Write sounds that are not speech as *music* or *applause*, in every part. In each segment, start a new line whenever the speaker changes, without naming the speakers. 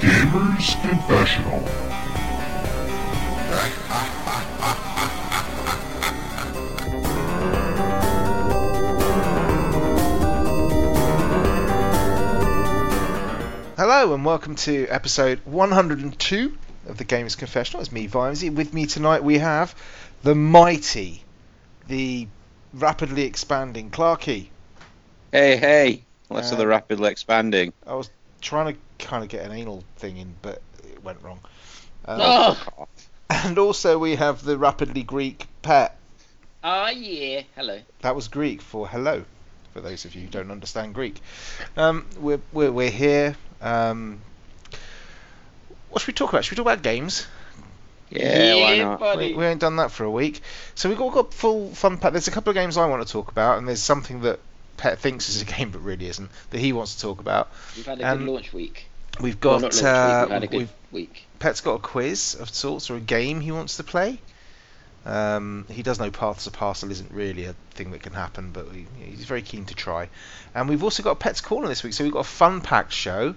Tim's Confessional.
Hello and welcome to episode 102 of the Gamers Confessional. It's me, Vimesy. With me tonight we have the mighty, the rapidly expanding Clarky.
Hey, hey. Less of
Uh,
the rapidly expanding.
I was trying to kind of get an anal thing in, but it went wrong. Um,
Oh,
And also we have the rapidly Greek pet.
Ah, yeah. Hello.
That was Greek for hello, for those of you who don't understand Greek. Um, we're, we're, we're here. Um, what should we talk about? Should we talk about games?
yeah, why not?
We,
buddy.
we ain't done that for a week. So we've got, got full fun pack. There's a couple of games I want to talk about, and there's something that Pet thinks is a game but really isn't that he wants to talk about.
We've had a good
um,
launch week.
We've
Well,
got
not launch
uh,
week. We've had a
we've,
good week.
Pet's got a quiz of sorts or a game he wants to play. Um, he does know Paths of Parcel isn't really a thing that can happen, but he, he's very keen to try. And we've also got Pet's Corner this week, so we've got a fun packed show.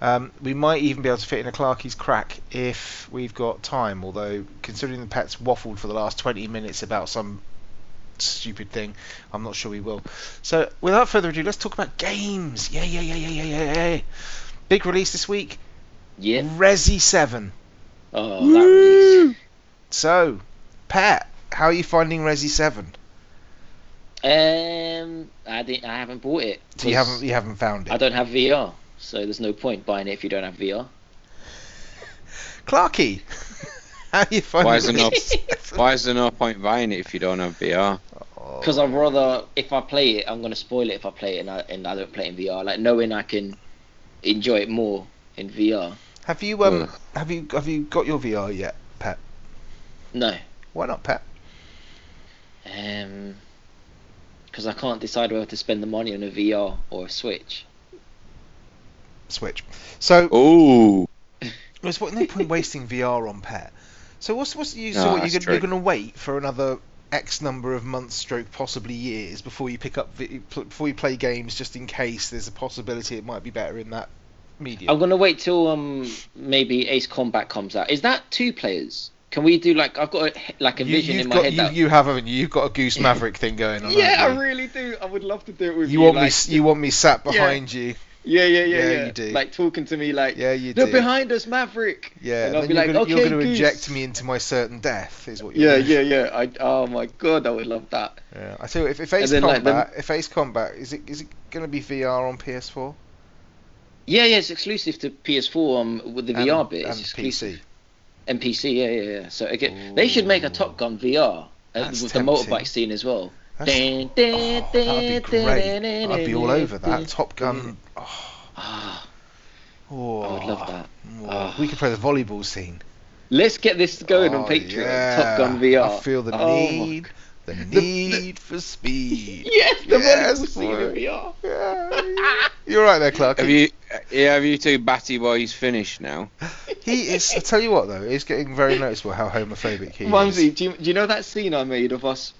Um, we might even be able to fit in a Clarkie's crack if we've got time, although considering the Pet's waffled for the last 20 minutes about some stupid thing, I'm not sure we will. So without further ado, let's talk about games. Yeah, yeah, yeah, yeah, yeah, yeah, yeah. Big release this week,
Yeah.
Resi 7.
Oh, that release.
So, Pat, how are you finding Resi Seven?
Um, I didn't. I haven't bought it.
So you
'cause
haven't you haven't found
I
it.
don't have VR, so there's no point buying it if you don't have VR.
Clarky, *laughs* how are you finding?
Why is there *laughs* no-
Resi
Why is there no point buying it if you don't have VR?
Oh.
Because I'd rather, if I play it, I'm gonna spoil it if I play it and I, and I don't play it in VR. Like knowing I can enjoy it more in VR.
Have you um
Mm.
have you have you got your VR yet?
No.
Why not, Pat?
Um. Because I can't decide whether to spend the money on a VR or a Switch.
Switch. So
Oh. Ooh,
there's what- no point wasting VR on Pat. So what's what's you so
No,
what,
that's
you're, gonna, you're
true.
going to wait for another X number of months, stroke possibly years, before you pick up vi- pl- before you play games, just in case there's a possibility it might be better in that medium.
I'm gonna wait till um maybe Ace Combat comes out. Is that two players? Can we do like I've got a, like a
you,
vision
you've
in my
got,
head
you,
that
you have, haven't you? You've got a Goose Maverick thing going on. haven't
*laughs* yeah,
you?
I really do. I would love to do it with you.
You want me?
like,
s- You want me sat
Yeah.
behind you?
yeah, yeah, yeah,
Yeah,
yeah,
you do.
Like talking to me like
Yeah, you
they're
do.
behind
*laughs*
us, Maverick.
yeah, and
and I'll
then
be
you're
like,
gonna, you're
"Okay,
gonna
Goose."
inject me into my certain death, is what
Yeah,
you're.
yeah, yeah. I oh my god, I would love that.
*laughs* yeah. I tell you, what, if, if Ace
then, like,
Combat,
then-
if Ace Combat, is it is it gonna be VR on PS4
Yeah, yeah, it's exclusive to PS4 um with the
and,
VR bit. It's
and
exclusive.
PC?
And PC, yeah, yeah, yeah. So again, they should make a Top Gun VR. uh,
That's
with
tempting.
the motorbike scene as well.
That's-
Dun,
oh,
dun,
that'd be
dun,
great.
dun,
I'd be all
dun,
over
dun.
that. Top Gun.
Ah,
Oh,
I would love that.
oh,
Ah.
We could play the volleyball scene.
Let's get this going
Oh,
on Patreon.
yeah.
Top Gun VR.
I feel the
Oh my-
need. The need for speed.
*laughs* Yes, the
Yes,
yes, volleyball scene
boy.
in VR.
*laughs* Yeah. You're right there, Clark.
have you? Yeah, have you two batty boys finished now?
He is. I tell you what, though, it's getting very noticeable how homophobic he
Mumsy,
is.
do you, do you know that scene I made of us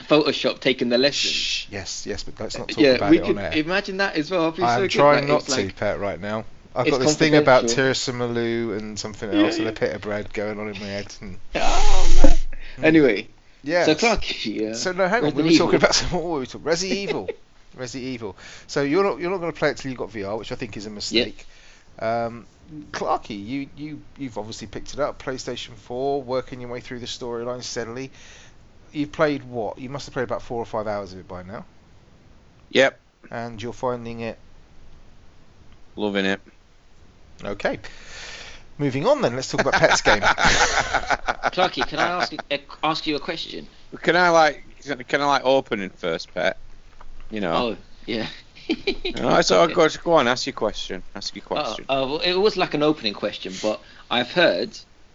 Photoshop taking the lesson?
Shh. Yes, yes, but let's not talk
yeah,
about
we
it
could
on air.
imagine that as well. I'd be
I'm
so good,
trying
like,
not
it's
to,
like- *laughs*
Pet, right now. I've
It's
got this thing about
confidential.
Tirsa Malou and something
Yeah, *laughs*
else and a
yeah.
pit of bread going on in my head. And...
Oh, man. Anyway,
Yeah.
so Clark, yeah.
So no, hang on. we
Resident
were talking
Evil.
about *laughs* some. What were we talking? Resi
*laughs*
Evil. Resi Evil. So you're not you're not going to play it till you got VR, which I think is a mistake. Um, Clarky, you you you've obviously picked it up. PlayStation 4, working your way through the storyline steadily. You've played what? You must have played about four or five hours of it by now,
Yep,
and you're finding it
loving *laughs* it.
okay. Moving on, then let's talk about
*laughs*
Pets game.
Clarky, can I ask uh, ask you a question?
Can I like? Can I like open in first, pet? You know.
Oh, yeah. *laughs* Oh,
No, it's all good. Go on, ask your question. Ask your question.
Uh, uh, well, it was like an opening question, but I've heard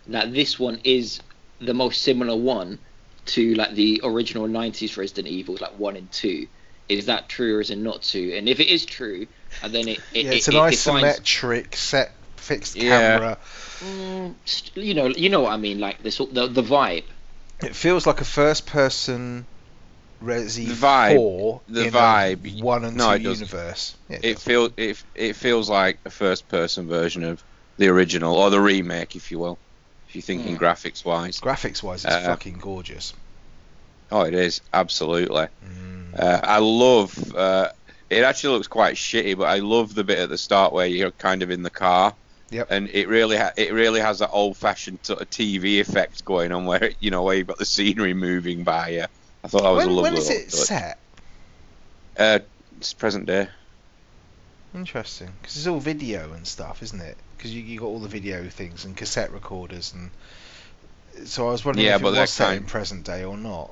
that this one is the most similar one to like the original '90s Resident Evil, like one and two. Is that true or is it not true? And if it is true, and then it, it
yeah, it's
it,
an
it defines,
isometric set, fixed
Yeah.
camera.
Mm, st- you know, you know what I mean, like the sort- the, the vibe.
It feels like a first person Resi
The vibe.
4
The
in
vibe.
a 1 and
No,
2
it doesn't.
universe. Yeah,
It feels it, it feels like a first person version of the original or the remake, if you will, if you're thinking
Hmm.
graphics wise.
Graphics wise, it's
Uh,
fucking gorgeous.
Oh, it is absolutely.
Mm.
Uh, I love. Uh, it actually looks quite shitty, but I love the bit at the start where you're kind of in the car.
Yep.
And it really, ha- it really has that old-fashioned sort of TV effect going on, where it- you know, where you've got the scenery moving by you. I thought that was a
When,
lovely.
when is
little
it
touch.
set?
Uh, it's present day.
Interesting, because it's all video and stuff, isn't it? Because you, you got all the video things and cassette recorders and. So I was wondering
Yeah,
if
but
it
they're
was set
kind-
in present day or not.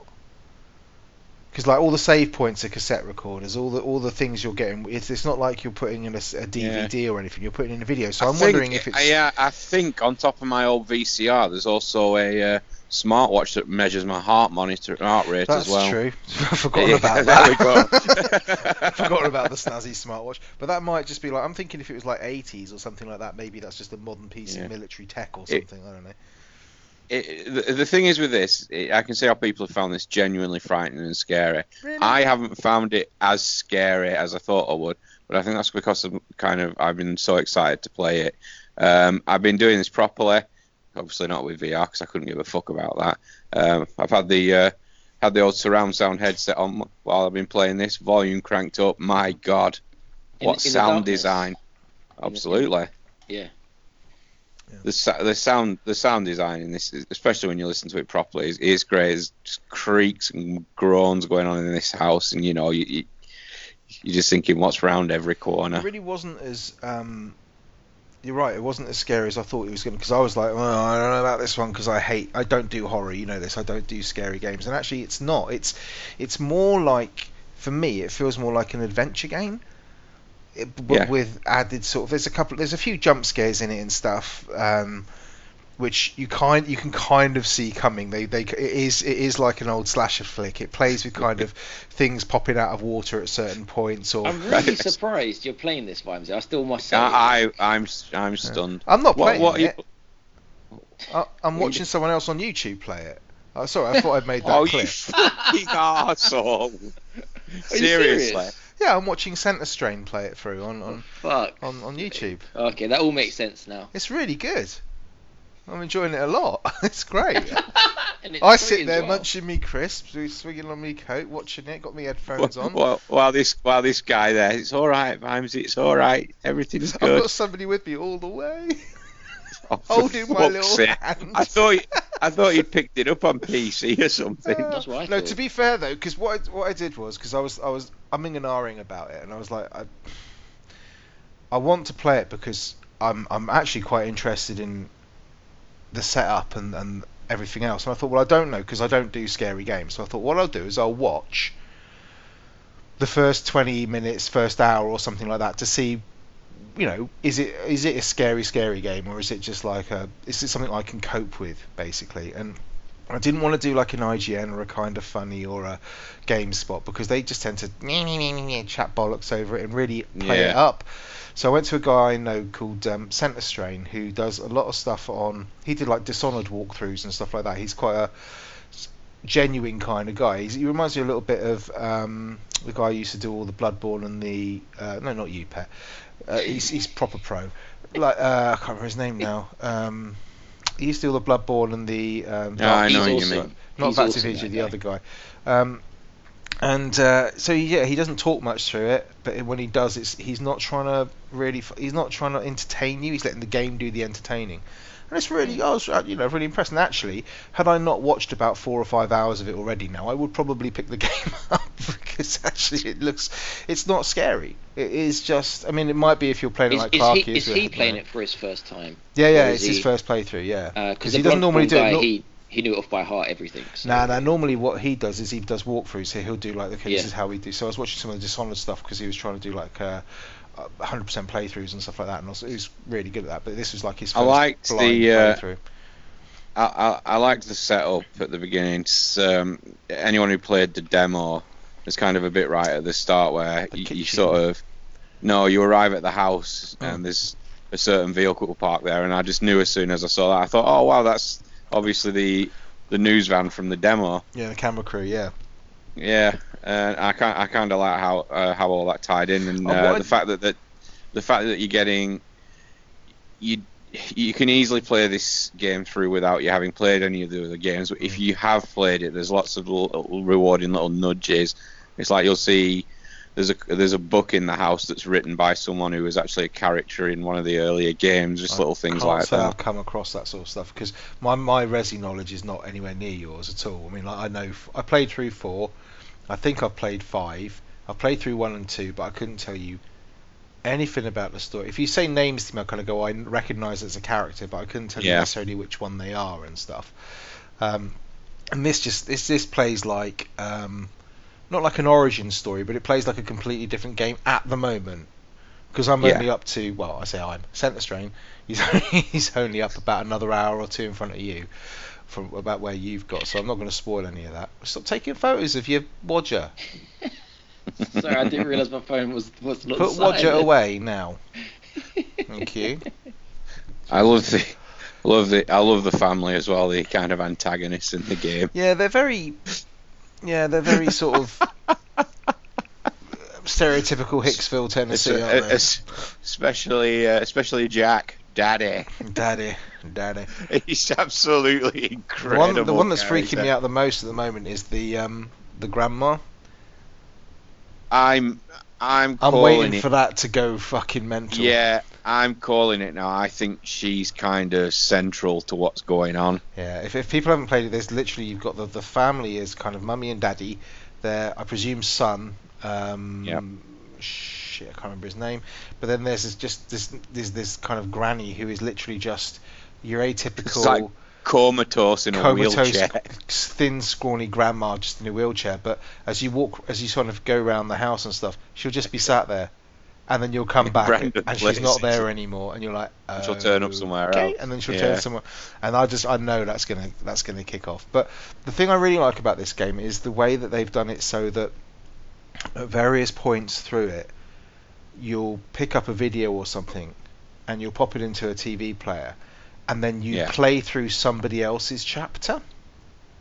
Because like all the save points are cassette recorders, all the all the things you're getting, it's, it's not like you're putting in a, s- a DVD or anything. You're putting in a video, so
I
am
think-
wondering if it's.
Yeah, I think on top of my old VCR, there's also a uh, smartwatch that measures my heart monitor heart rate
that's
as well.
true. *laughs* I forgot
Yeah,
about that.
*laughs* there we go.
*laughs* forgot about the snazzy smartwatch, but that might just be like I'm thinking if it was like 80s or something like that. Maybe that's just a modern piece
Yeah.
of military tech or
It-
something. I don't know.
It, the, the thing is with this, it, I can see how people have found this genuinely frightening and scary.
Really?
I haven't found it as scary as I thought I would, but I think that's because of kind of I've been so excited to play it. Um, I've been doing this properly, obviously not with VR because I couldn't give a fuck about that. Um, I've had the uh, had the old surround sound headset on while I've been playing this, volume cranked up. My God,
In-
what
in the
sound
darkness.
design! Absolutely.
Yeah.
Yeah.
The, sa- the sound the sound design in this, is- especially when you listen to it properly, is, is great. There's just creaks and groans going on in this house, and you know you, you you're just thinking what's round every corner.
It really wasn't as. Um, you're right. It wasn't as scary as I thought it was going to. Because I was like, oh, I don't know about this one because I hate. I don't do horror. You know this. I don't do scary games. And actually, it's not. It's it's more like for me. It feels more like an adventure game. It, but
Yeah.
with added sort of. There's a couple. There's a few jump scares in it and stuff. Um, which you kind you can kind of see coming. They they it is it is like an old slasher flick. It plays with kind of things popping out of water at certain points or
I'm really surprised you're playing this, Vimesy. I still must say.
I, I I'm I'm stunned.
I'm not
What,
playing
what are you-
it. I, I'm watching someone else on YouTube play it. Oh, sorry, I thought I'd made that
*laughs* oh,
clear.
you fucking arsehole.
Are you serious?
Seriously.
Yeah, I'm watching Center Strain play it through on, on,
Fuck.
on, on YouTube.
Okay, that all makes sense now.
It's really good. I'm enjoying it a lot. *laughs* It's
*laughs*
great.
*laughs* And it's
I
free
sit
as
there
well.
munching me crisps, swinging on me coat, watching it, got me headphones on.
Well, while this while this guy there, it's all right, Vimes. It's all right. Everything's
I've
good.
got somebody with me all the way,
Oh, for
holding my
fuck's
little
sake.
hand.
I thought you,
*laughs*
I thought you'd picked it up on PC or something.
Uh,
That's what I
no,
thought.
to be fair though, because what I, what I did was because I was I was umming and ahhing about it, and I was like, I, I want to play it because I'm I'm actually quite interested in the setup and and everything else. And I thought, well, I don't know because I don't do scary games. So I thought, what I'll do is I'll watch the first 20 minutes, first hour, or something like that to see. You know, is it is it a scary, scary game, or is it just like a is it something I can cope with basically? And I didn't want to do like an IGN or a kind of funny or a GameSpot because they just tend to chat bollocks over it and really play it
Yeah.
up. So I went to a guy I know called um, Center Strain who does a lot of stuff on. He did like Dishonored walkthroughs and stuff like that. He's quite a s- genuine kind of guy. He's, he reminds me a little bit of um, the guy who used to do all the Bloodborne and the uh, no, not you, Pet. Uh, he's he's proper pro. Like uh, I can't remember his name now. Um, he used to do all the Bloodborne and the um,
Yeah, I
Dark
know
He's
what you
awesome.
mean.
not
He's
that
awesome,
Division,
that
the
guy.
other guy. Um, and uh, so yeah, he doesn't talk much through it, but when he does, it's he's not trying to really, f- he's not trying to entertain you. He's letting the game do the entertaining, and it's really, I was uh, you know really impressed. And actually, had I not watched about four or five hours of it already now, I would probably pick the *laughs* game up because actually it looks, it's not scary. It is just, I mean, it might be if you're playing
Is,
it like
is
Clarky
he, is
with,
he
you
playing
know.
it for his first time? Uh,
Yeah, yeah,
or
it's
is
his
he-
first playthrough. Yeah,
Because
he doesn't normally do it.
guy,
nor-
He, he knew it off by heart, everything. So.
Nah, nah. Normally, what he does is he does walkthroughs. So he'll do like, okay, this
Yeah.
is how we do. So I was watching some of the Dishonored stuff because he was trying to do like uh, uh, 100% playthroughs and stuff like that, and also, he was really good at that. But this was like his
I
first
liked
blind
the, uh,
playthrough.
I, I, I liked the setup at the beginning. It's, um, anyone who played the demo, there's kind of a bit right at the start where
The
you, you
kitchen.
sort of, no, you arrive at the house
Oh.
and there's a certain vehicle parked there, and I just knew as soon as I saw that, I thought, oh wow, that's obviously the the news van from the demo.
Yeah, the camera crew. Yeah.
Yeah, and I kind I kind of like how uh, how all that tied in, and
Oh,
uh,
what I-
the fact that, that the fact that you're getting you you can easily play this game through without you having played any of the other games. But
Mm.
if you have played it, there's lots of little, little rewarding little nudges. It's like you'll see there's a there's a book in the house that's written by someone who was actually a character in one of the earlier games. Just
I
little things
can't
like
say I've
that.
come across that sort of stuff because my my Resi knowledge is not anywhere near yours at all. I mean, like, I know f- I played through four. I think I've played five. I've played through one and two, but I couldn't tell you anything about the story. If you say names to me, I kind of go, I recognise it as a character, but I couldn't tell you
Yeah.
necessarily which one they are and stuff. Um, and this just this this plays like um, not like an origin story, but it plays like a completely different game at the moment. Because I'm
Yeah.
only up to well, I say I'm Centre Strain. He's *laughs* only, he's only up about another hour or two in front of you from about where you've got. So I'm not going to spoil any of that. Stop taking photos of your Wodger.
*laughs* Sorry, I didn't realise my phone was was not
Put
silent.
Wodger
*laughs*
away now. Thank you.
I love the. Love the I love the family as well. The kind of antagonists in the game.
Yeah, they're very. Yeah, they're very sort of *laughs* stereotypical Hicksville, Tennessee,
Es-
aren't they?
es- especially uh, especially Jack, Daddy. *laughs*
Daddy, daddy.
He's absolutely
The
incredible.
one, the one that's freaking me
character.
out the most at the moment is the um, the grandma.
I'm I'm
I'm
calling
waiting
it.
for that to go fucking mental.
Yeah, I'm calling it now. I think she's kind of central to what's going on.
Yeah, if, if people haven't played it, there's literally you've got the, the family is kind of mummy and daddy, their I presume son. Um,
Yep.
Shit, I can't remember his name. But then there's this, just this this this kind of granny who is literally just your atypical
like Comatose in a
comatose,
wheelchair. *laughs*
*laughs* thin, scrawny grandma just in a wheelchair. But as you walk, as you sort of go around the house and stuff, she'll just be sat there, and then you'll come back,
Random
and she's not
places.
there anymore, and you're like, oh,
She'll turn up somewhere
okay,
else.
and then she'll
Yeah.
turn somewhere. And I just, I know that's gonna, that's gonna kick off. But the thing I really like about this game is the way that they've done it so that at various points through it, you'll pick up a video or something, and you'll pop it into a TV player. And then you
Yeah.
play through somebody else's chapter.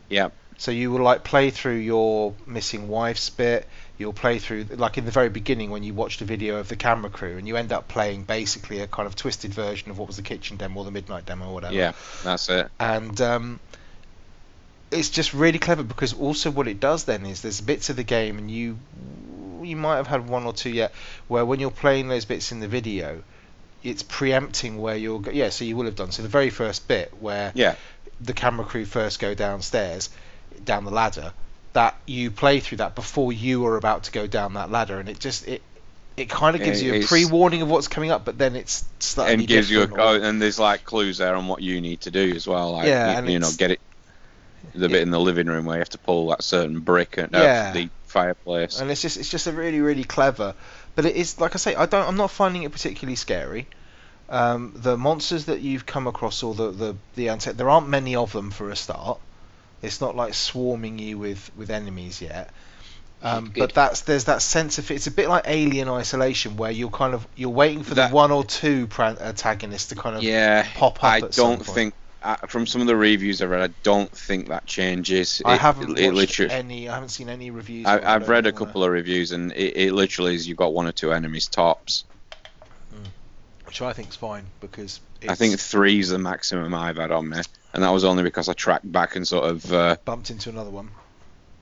Yep.
So you will like play through your missing wife's bit. You'll play through like in the very beginning when you watched a video of the camera crew, and you end up playing basically a kind of twisted version of what was the kitchen demo or the midnight demo or whatever.
Yeah, that's it.
And um, it's just really clever because also what it does then is there's bits of the game, and you you might have had one or two yet, where when you're playing those bits in the video, it's preempting where you're. Go- yeah, so you will have done. So the very first bit where
Yeah.
the camera crew first go downstairs, down the ladder, that you play through that before you are about to go down that ladder, and it just it it kind of gives
It-
you a
it's-
pre-warning of what's coming up, but then it's slightly
And gives you a
different or-
oh, and there's like clues there on what you need to do as well. Like
Yeah,
you,
and
you know,
it's-
get it the bit in the living room where you have to pull that certain brick out
Yeah.
the fireplace.
and it's just it's just a really really clever but it is like i say i don't i'm not finding it particularly scary um, the monsters that you've come across or the the the ante- there aren't many of them for a start it's not like swarming you with with enemies yet um,
Good.
but that's there's that sense of it's a bit like alien isolation where you're kind of you're waiting for
That-
the one or two pran- antagonists to kind of
yeah,
pop up
I
at some
don't
point.
think I, from some of the reviews I read, I don't think that changes.
i
It-
haven't
it
watched
literally-
any i haven't seen any reviews on it,
I,
I
I've
don't
read a
wanna-
couple of reviews, and it, it literally is you've got one or two enemies tops.
which i think's fine because it's
I think three is the maximum I've had on me, and that was only because I tracked back and sort of uh,
bumped into another one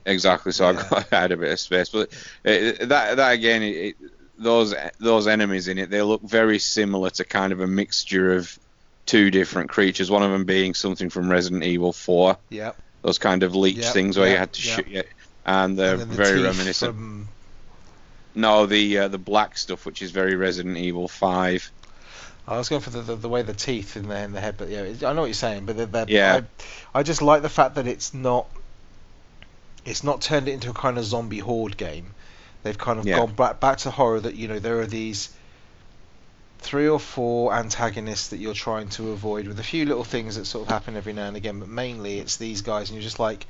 exactly. So
Yeah.
I, got, *laughs* I had a bit of space, but it, it- that that again, it, it, those those enemies in it, they look very similar to kind of a mixture of two different creatures. One of them being something from Resident Evil Four,
yeah
those kind of leech
Yep,
things where you
yep,
had to
yep.
shoot. it, And they're
and then the
very
teeth
reminiscent.
From,
No, the uh, the black stuff, which is very Resident Evil Five.
I was going for the, the, the way the teeth in the in the head, but yeah, it- I know what you're saying. But they're, they're,
Yeah.
I, I just like the fact that it's not it's not turned it into a kind of zombie horde game. They've kind of
Yeah.
gone back back to horror. That you know there are these three or four antagonists that you're trying to avoid with a few little things that sort of happen every now and again, but mainly it's these guys, and you're just like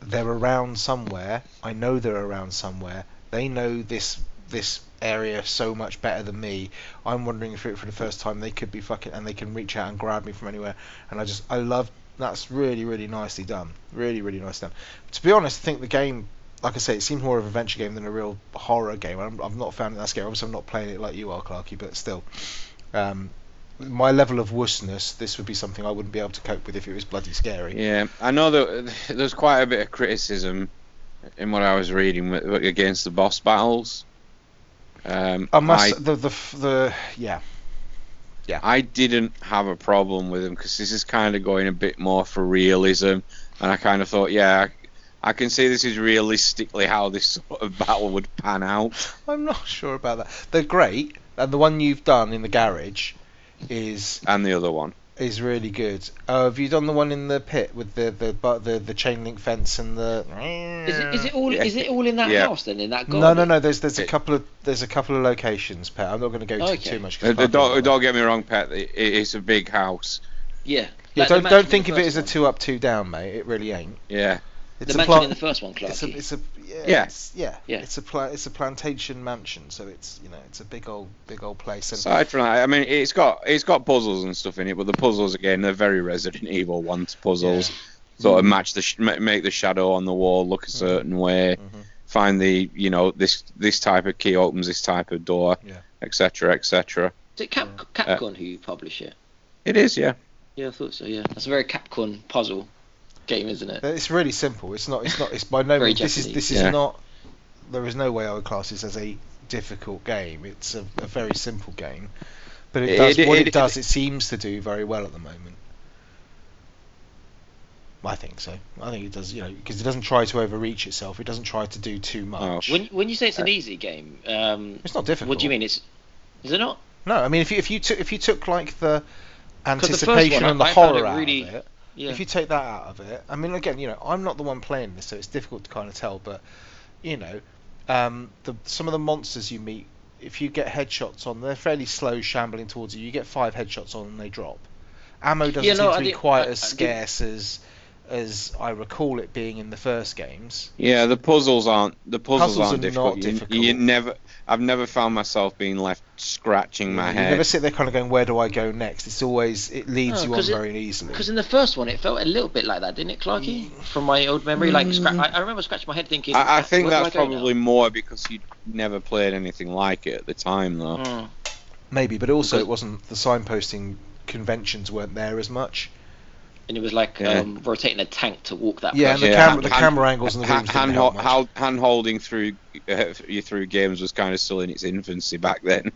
they're around somewhere. I know they're around somewhere. They know this this area so much better than me. I'm wandering through it for the first time. They could be fucking and they can reach out and grab me from anywhere. And I just I love that's really really nicely done. Really really nicely done. To be honest, I think the game. Like I say, it seems more of an adventure game than a real horror game. I'm, I've not found it that scary. Obviously, I'm not playing it like you are, Clarky, but still, um, my level of wussness, this would be something I wouldn't be able to cope with if it was bloody scary.
Yeah, I know that *laughs* there's quite a bit of criticism in what I was reading with- against the boss battles. Um,
I must
I,
the the f- the *laughs* yeah.
I didn't have a problem with them because this is kind of going a bit more for realism, and I kind of thought, yeah, I, I can see this is realistically how this *laughs* sort of battle would pan out.
I'm not sure about that. They're great, and the one you've done in the garage is
And the other one,
is really good. Uh, have you done the one in the pit with the the bu- the, the chain link fence and the?
Is it, is it all? Is it all in that
Yeah.
house then? In that garden?
No, no, no. There's there's a
It-
couple of there's a couple of locations, Pet. I'm not going to go into
Okay.
too much. 'cause
Uh,
Parker
don't,
won't.
don't get me wrong, pet. It, it's a big house.
Yeah.
yeah,
Like the
don't
mansion in
don't
the
think of it
first
as a
one.
two up, two down, mate. It really ain't.
Yeah,
It's
The
a
mansion
plant.
in the first one, Clarky.
it's a it's a yeah
Yeah.
It's, yeah,
Yeah.
it's a pla- it's a plantation mansion, so it's you know it's a big old big old place. And
aside from that, I mean, it's got it's got puzzles and stuff in it, but the puzzles again, they're very Resident Evil ones puzzles.
Mm-hmm.
Sort of match the sh- ma- make the shadow on the wall look a certain way.
Mhm.
Find the you know this this type of key opens this type of door,
Yeah.
etc. etc.
Is it Cap- Capcom who publish it?
It is, yeah.
Yeah, I thought so. Yeah, that's a very Capcom puzzle game, isn't it?
It's really simple. It's not. It's not. It's by no
Very
means. This is. This
Japanese.
is
Yeah.
not. There is no way I would class this as a difficult game. It's a, a very simple game, but it
It-
does
it-
what it,
it-
does. It, seems to do very well at the moment. I think so. I think it does. You know, because it doesn't try to overreach itself. It doesn't try to do too much.
When when you say it's an easy game, um,
Uh, It's not difficult.
what do you mean? It's is it not?
No, I mean if you if you took if you took like the
the first
anticipation
one,
and the
I found it
horror out
really-
of it,
Yeah.
if you take that out of it, I mean again, you know, I'm not the one playing this, so it's difficult to kind of tell, but you know, um, the some of the monsters you meet, if you get headshots on, they're fairly slow, shambling towards you. You get five headshots on and they drop. Ammo doesn't
Yeah, no,
seem
I
to be
did-
quite
I-
as
I did-
scarce as as I recall it being in the first games.
Yeah, the puzzles aren't the puzzles,
Puzzles
aren't
are
difficult.
not
You-
difficult.
You, never, I've never found myself being left scratching my
you
head.
never sit there kind of going, where do I go next? It's always it leads
No,
you on
Oh, 'cause it-
very easily.
Because in the first one, it felt a little bit like that, didn't it, Clarky? From my old memory, like scra- I, I remember scratching my head thinking.
Mm. I, I think
"Where do
that's
I go now?"
probably more because you'd never played anything like it at the time, though.
Mm.
Maybe, but also
Because-
it wasn't the signposting conventions weren't there as much.
And it was like
Yeah.
um, rotating a tank to walk that.
Yeah, and
fast.
the
Yeah.
camera, the
Hand-
camera angles and the rooms
hand,
didn't help much.
hand, hand holding through uh, you through games was kind of still in its infancy back then.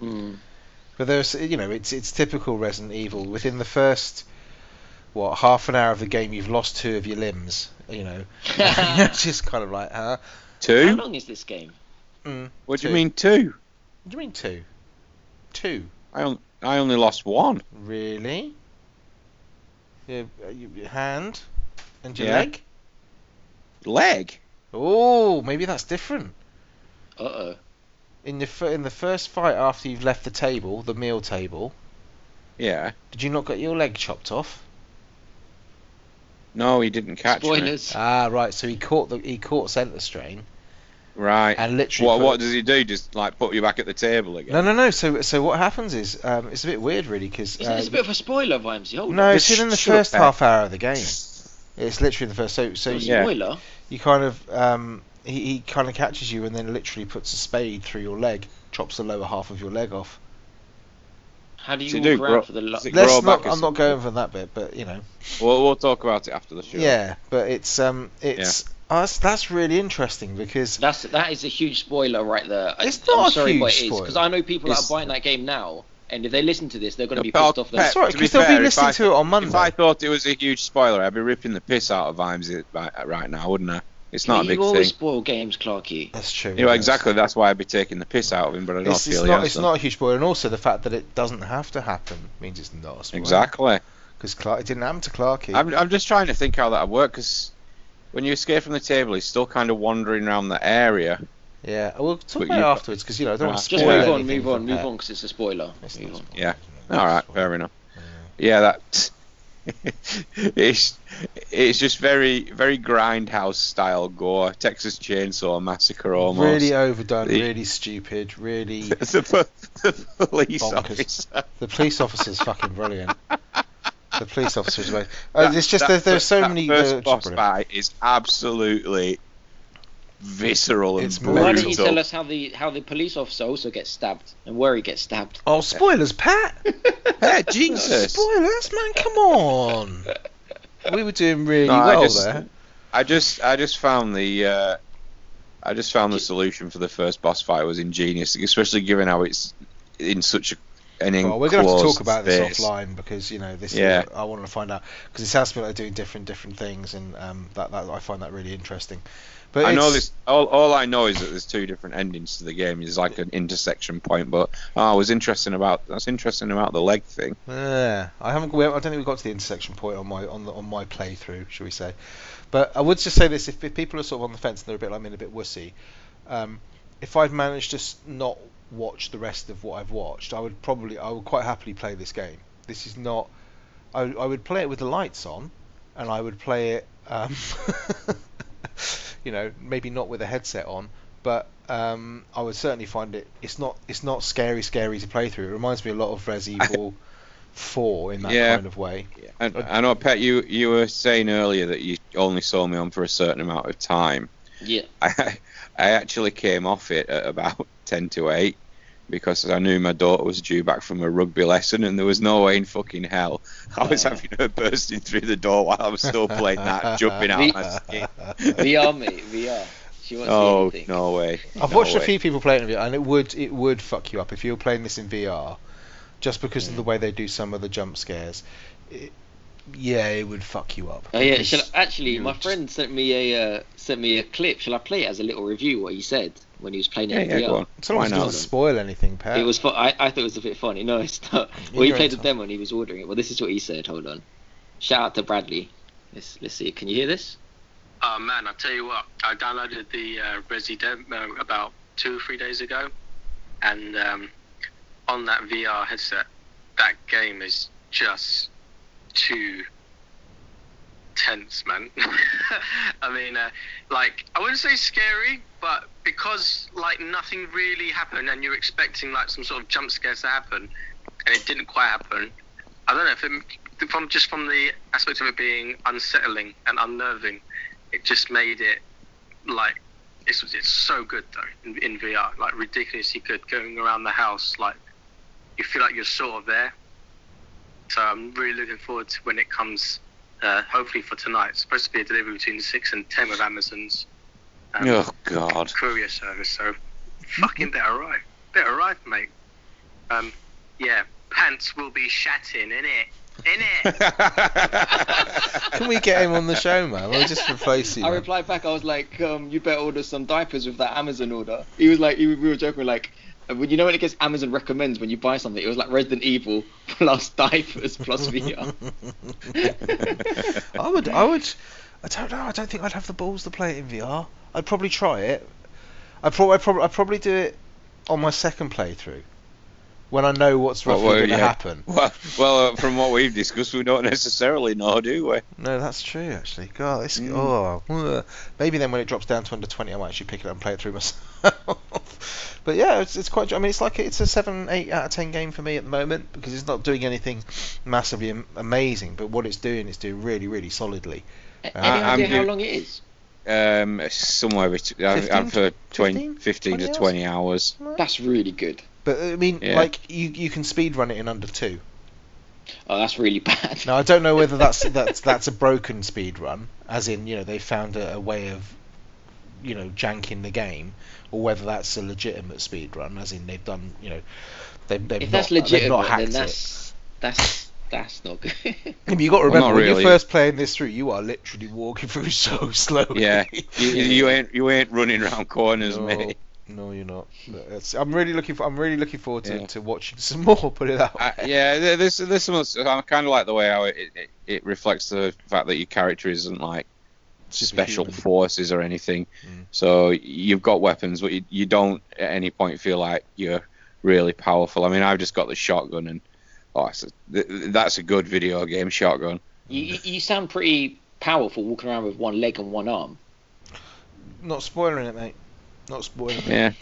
Mm. *laughs*
But there's, you know, it's it's typical Resident Evil. Within the first what half an hour of the game, you've lost two of your limbs. You
*laughs*
know, it's just kind of like, huh?
How
*laughs* Two?
long is this game?
Mm.
What do
two.
you mean two?
What do you mean two? Two,
I on- I only lost one.
really? Your, uh, your your hand and your
Yeah.
leg.
Leg?
Oh, maybe that's different.
Uh oh.
In the fir- in the first fight after you've left the table, the meal table,
Yeah.
did you not get your leg chopped off?
No, he didn't catch me. Uh,
Spoilers.
Ah, right. So he caught the he caught centre strain
Right.
and literally.
What
put-
what does he do? Just like put you back at the table again?
No, no, no. So so what happens is um, it's a bit weird, really, because
Isn't this a bit of a spoiler, Vimesy? Hold
no,
on.
it's in the
Shut up,
first
Pat.
half hour of the game. It's literally the first. So so
A
you,
Yeah.
Spoiler.
you kind of um, he, he kind of catches you and then literally puts a spade through your leg, chops the lower half of your leg off.
How do you
So
walk
do
around
grow-
for the? Lo-
is it- Grow
Let's
back
not.
or
I'm not going for that bit, but you know.
We'll, we'll talk about it after the show.
Yeah, but it's um, it's oh, that's, that's really interesting because
That's that is a huge spoiler right there. I-
It's
I'm
not a
sorry, but
huge
it is because
spoiler.
I know people
It's-
that are buying that game now, and if they listen to this, they're going
No,
to be
but I'll-
pissed off.
that's
That
Pet,
all right
to be
because they'll
fair,
be
if
listening
I-
to it on Monday.
If I thought it was a huge spoiler, I'd be ripping the piss out of Vimesy right, right now, wouldn't I? It's not a
you
big
always
thing.
spoil games, Clarky.
That's true.
Yeah,
yes.
exactly. That's why I'd be taking the piss out of him, but I don't
It's,
feel
it's
he
not.
has
It's
done.
not a huge spoiler, and also the fact that it doesn't have to happen means it's not a spoiler.
Exactly.
Because Clark, it didn't happen to Clarky.
I'm, I'm just trying to think how that would work because when you escape from the table, he's still kind of wandering around the area.
Yeah, uh, we'll talk
But
about it
you-
afterwards because you know I don't want to
Just
Just
spoil
move on,
anything
move
for
on, move
Pet.
on, because it's a spoiler.
It's
Move
not
on.
spoiling,
Yeah.
you know,
All
it's
right,
spoiling.
fair enough. Yeah, that. *laughs* it's it's just very very grindhouse style gore, Texas Chainsaw Massacre almost.
Really overdone,
The-
really stupid, really.
the, po- *laughs* the police
Bonkers. Uh,
officer.
The police officer's fucking
*laughs*
brilliant. The police officer is amazing. Uh,
That-
it's just
that
there's, there's
fir-
so
that
many.
First
uh,
boss
brilliant.
fight is absolutely visceral and
It's
brutal.
Why
Very
don't you tell us *laughs* how the how the police officer also gets stabbed and where he gets stabbed?
*laughs*
Oh, spoilers, Pat!
Hey, Jesus!
Spoilers, man, come on. We were doing really
No, I
well
just-
there.
I just I just found the uh, I just found the solution for the first boss fight was ingenious, especially given how it's in such a an
Well, we're going to have to
enclosed
talk about this
space.
offline because you know this.
Yeah.
Is, I wanted to find out because it sounds to me like they're doing different different things, and um, that, that I find that really interesting. But
I know
it's-
this. All, all I know is that there's two different endings to the game. There's like an intersection point, but oh, I was interesting about that's interesting about the leg thing.
Yeah, I haven't. We, I don't think we got to the intersection point on my on the, on my playthrough, shall we say? But I would just say this: if, if people are sort of on the fence and they're a bit like me, and a bit wussy, um, if I've managed to s- not watch the rest of what I've watched, I would probably, I would quite happily play this game. This is not. I, I would play it with the lights on, and I would play it, um, *laughs* you know, maybe not with a headset on, but um, I would certainly find it. It's not. It's not scary, scary to play through. It reminds me a lot of Res
*laughs*
Evil Four in that
Yeah.
kind of way.
And I know, Pet, you you were saying earlier that you only saw me on for a certain amount of time. *laughs*
Yeah.
I I actually came off it at about *laughs* ten to eight because I knew my daughter was due back from a rugby lesson, and there was no way in fucking hell I was
Oh.
having her bursting through the door while I was still playing that,
*laughs*
jumping out of my skin.
VR, mate, VR. She
*laughs*
wants
Oh
anything.
no way!
I've
No
watched a
way.
few people playing it, and it would it would fuck you up if you were playing this in VR, just because
Mm.
of the way they do some of the jump scares. It, yeah, it would fuck you up.
Oh yeah,
because-
shall I, actually,
you
my
were just-
friend sent me a uh, sent me a clip. Shall I play it as a little review what he said when he was playing it
Yeah,
in
yeah,
VR?
go on.
As long
Why
as it
not?
doesn't spoil anything, Pat.
It was. Fu- I, I thought it was a bit funny. No, it's not.
In
Well, he
your
played the
own time.
demo and he was ordering it. Well, this is what he said. Hold on. Shout out to Bradley. Let's let's see. Can you hear this?
Oh man, I tell you what, I downloaded the uh, Resi demo about two or three days ago, and um, on that VR headset, that game is just too tense, man. *laughs* I mean, uh, like I wouldn't say scary, but because like nothing really happened, and you're expecting like some sort of jump scare to happen, and it didn't quite happen. I don't know if it, from just from the aspect of it being unsettling and unnerving it just made it like it's it's so good though in, in VR, like ridiculously good. Going around the house, like you feel like you're sort of there. So I'm really looking forward to when it comes. Uh, hopefully for tonight. It's supposed to be a delivery between six and ten of Amazon's um,
Oh God!
courier service. So fucking better arrive, better arrive, mate. Um, yeah, pants will be shatting in it, in it.
Can we get him on the show, man? We'll
*laughs*
just replace you.
I
man.
replied back. I was like, um, "You better order some diapers with that Amazon order." He was like, he, "We were joking. Like, uh, when you know when it gets Amazon recommends when you buy something, it was like Resident Evil *laughs* plus diapers plus
*laughs*
VR."
I would, I would, I don't know. I don't think I'd have the balls to play it in VR. I'd probably try it. I probably, I probably, I probably do it on my second playthrough when I know what's
Well,
roughly
well,
going to
yeah.
happen.
Well, well, uh, from what we've discussed, we don't necessarily know, do we?
No, that's true actually. God, this,
Mm.
oh, ugh. maybe then when it drops down to under twenty, I might actually pick it up and play it through *laughs* myself. but yeah, it's, it's quite. I mean, it's like it's a seven, eight out of ten game for me at the moment because it's not doing anything massively am- amazing, but what it's doing, it's doing really, really solidly.
Any
Ah,
I'm
idea how
do-
long it is?
Um, somewhere between I've,
15
I've heard 20,
15?
15,
20 hours?
to 20 hours.
That's really good.
But I mean,
Yeah.
like you, you can speed run it in under two.
Oh, that's really *laughs* bad.
Now I don't know whether
*laughs*
that's that's that's a broken speed run, as in you know they found a, a way of, you know, janking the game, or whether that's a legitimate speed run, as in they've done you know, they've they've
if
not,
that's
they've
legitimate,
not hacked
then
it.
that's that's that's not good. *laughs*
But you got to
Well,
remember
not
when
really.
you're first playing this through, you are literally walking *laughs* through so slowly.
Yeah, you, you ain't you ain't running around corners,
No.
mate.
*laughs* No, you're not. But it's- I'm really looking for. I'm really looking forward to,
Yeah.
to watching some more. Put it out.
I, yeah, th- this this one's I kind of like the way how it, it it reflects the fact that your character isn't like special
Superhuman.
forces or anything.
Mm.
So you've got weapons, but you, you don't at any point feel like you're really powerful. I mean, I've just got the shotgun, and oh, it's a, th- th- that's a good video game shotgun.
you, you you sound pretty powerful walking around with one leg and one arm.
Not spoiling it, mate. Not spoiling it.
Yeah.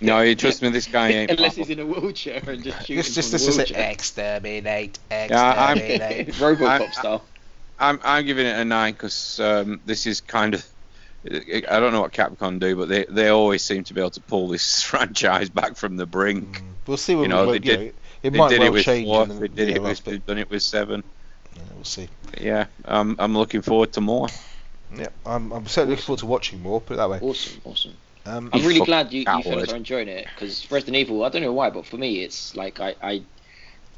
No, you trust me, this guy ain't.
*laughs* Unless he's in a wheelchair and just shooting
This just
from
this
the
is it. *laughs*
wheelchair.
Exterminate.
I'm-
Exterminate.
*laughs* Robocop
I-
style.
I'm I'm giving it a nine because um, this is kind of I don't know what Capcom do, but they, they always seem to be able to pull this *laughs* franchise back from the brink.
Mm, We'll see when
You know,
we,
they
you
did-
know, It
They
might
did
well
it with
change.
four.
in the-
They did
yeah,
it
last
with.
bit.
They've done it with seven.
Yeah, we'll see.
But yeah, um, I'm looking forward to more.
Yeah, I'm, I'm certainly looking forward to watching more. Put it that way.
Awesome, awesome.
Um,
I'm
You
really
fucking
glad you, you fellas
coward.
are enjoying it because Resident Evil. I don't know why, but for me, it's like I, I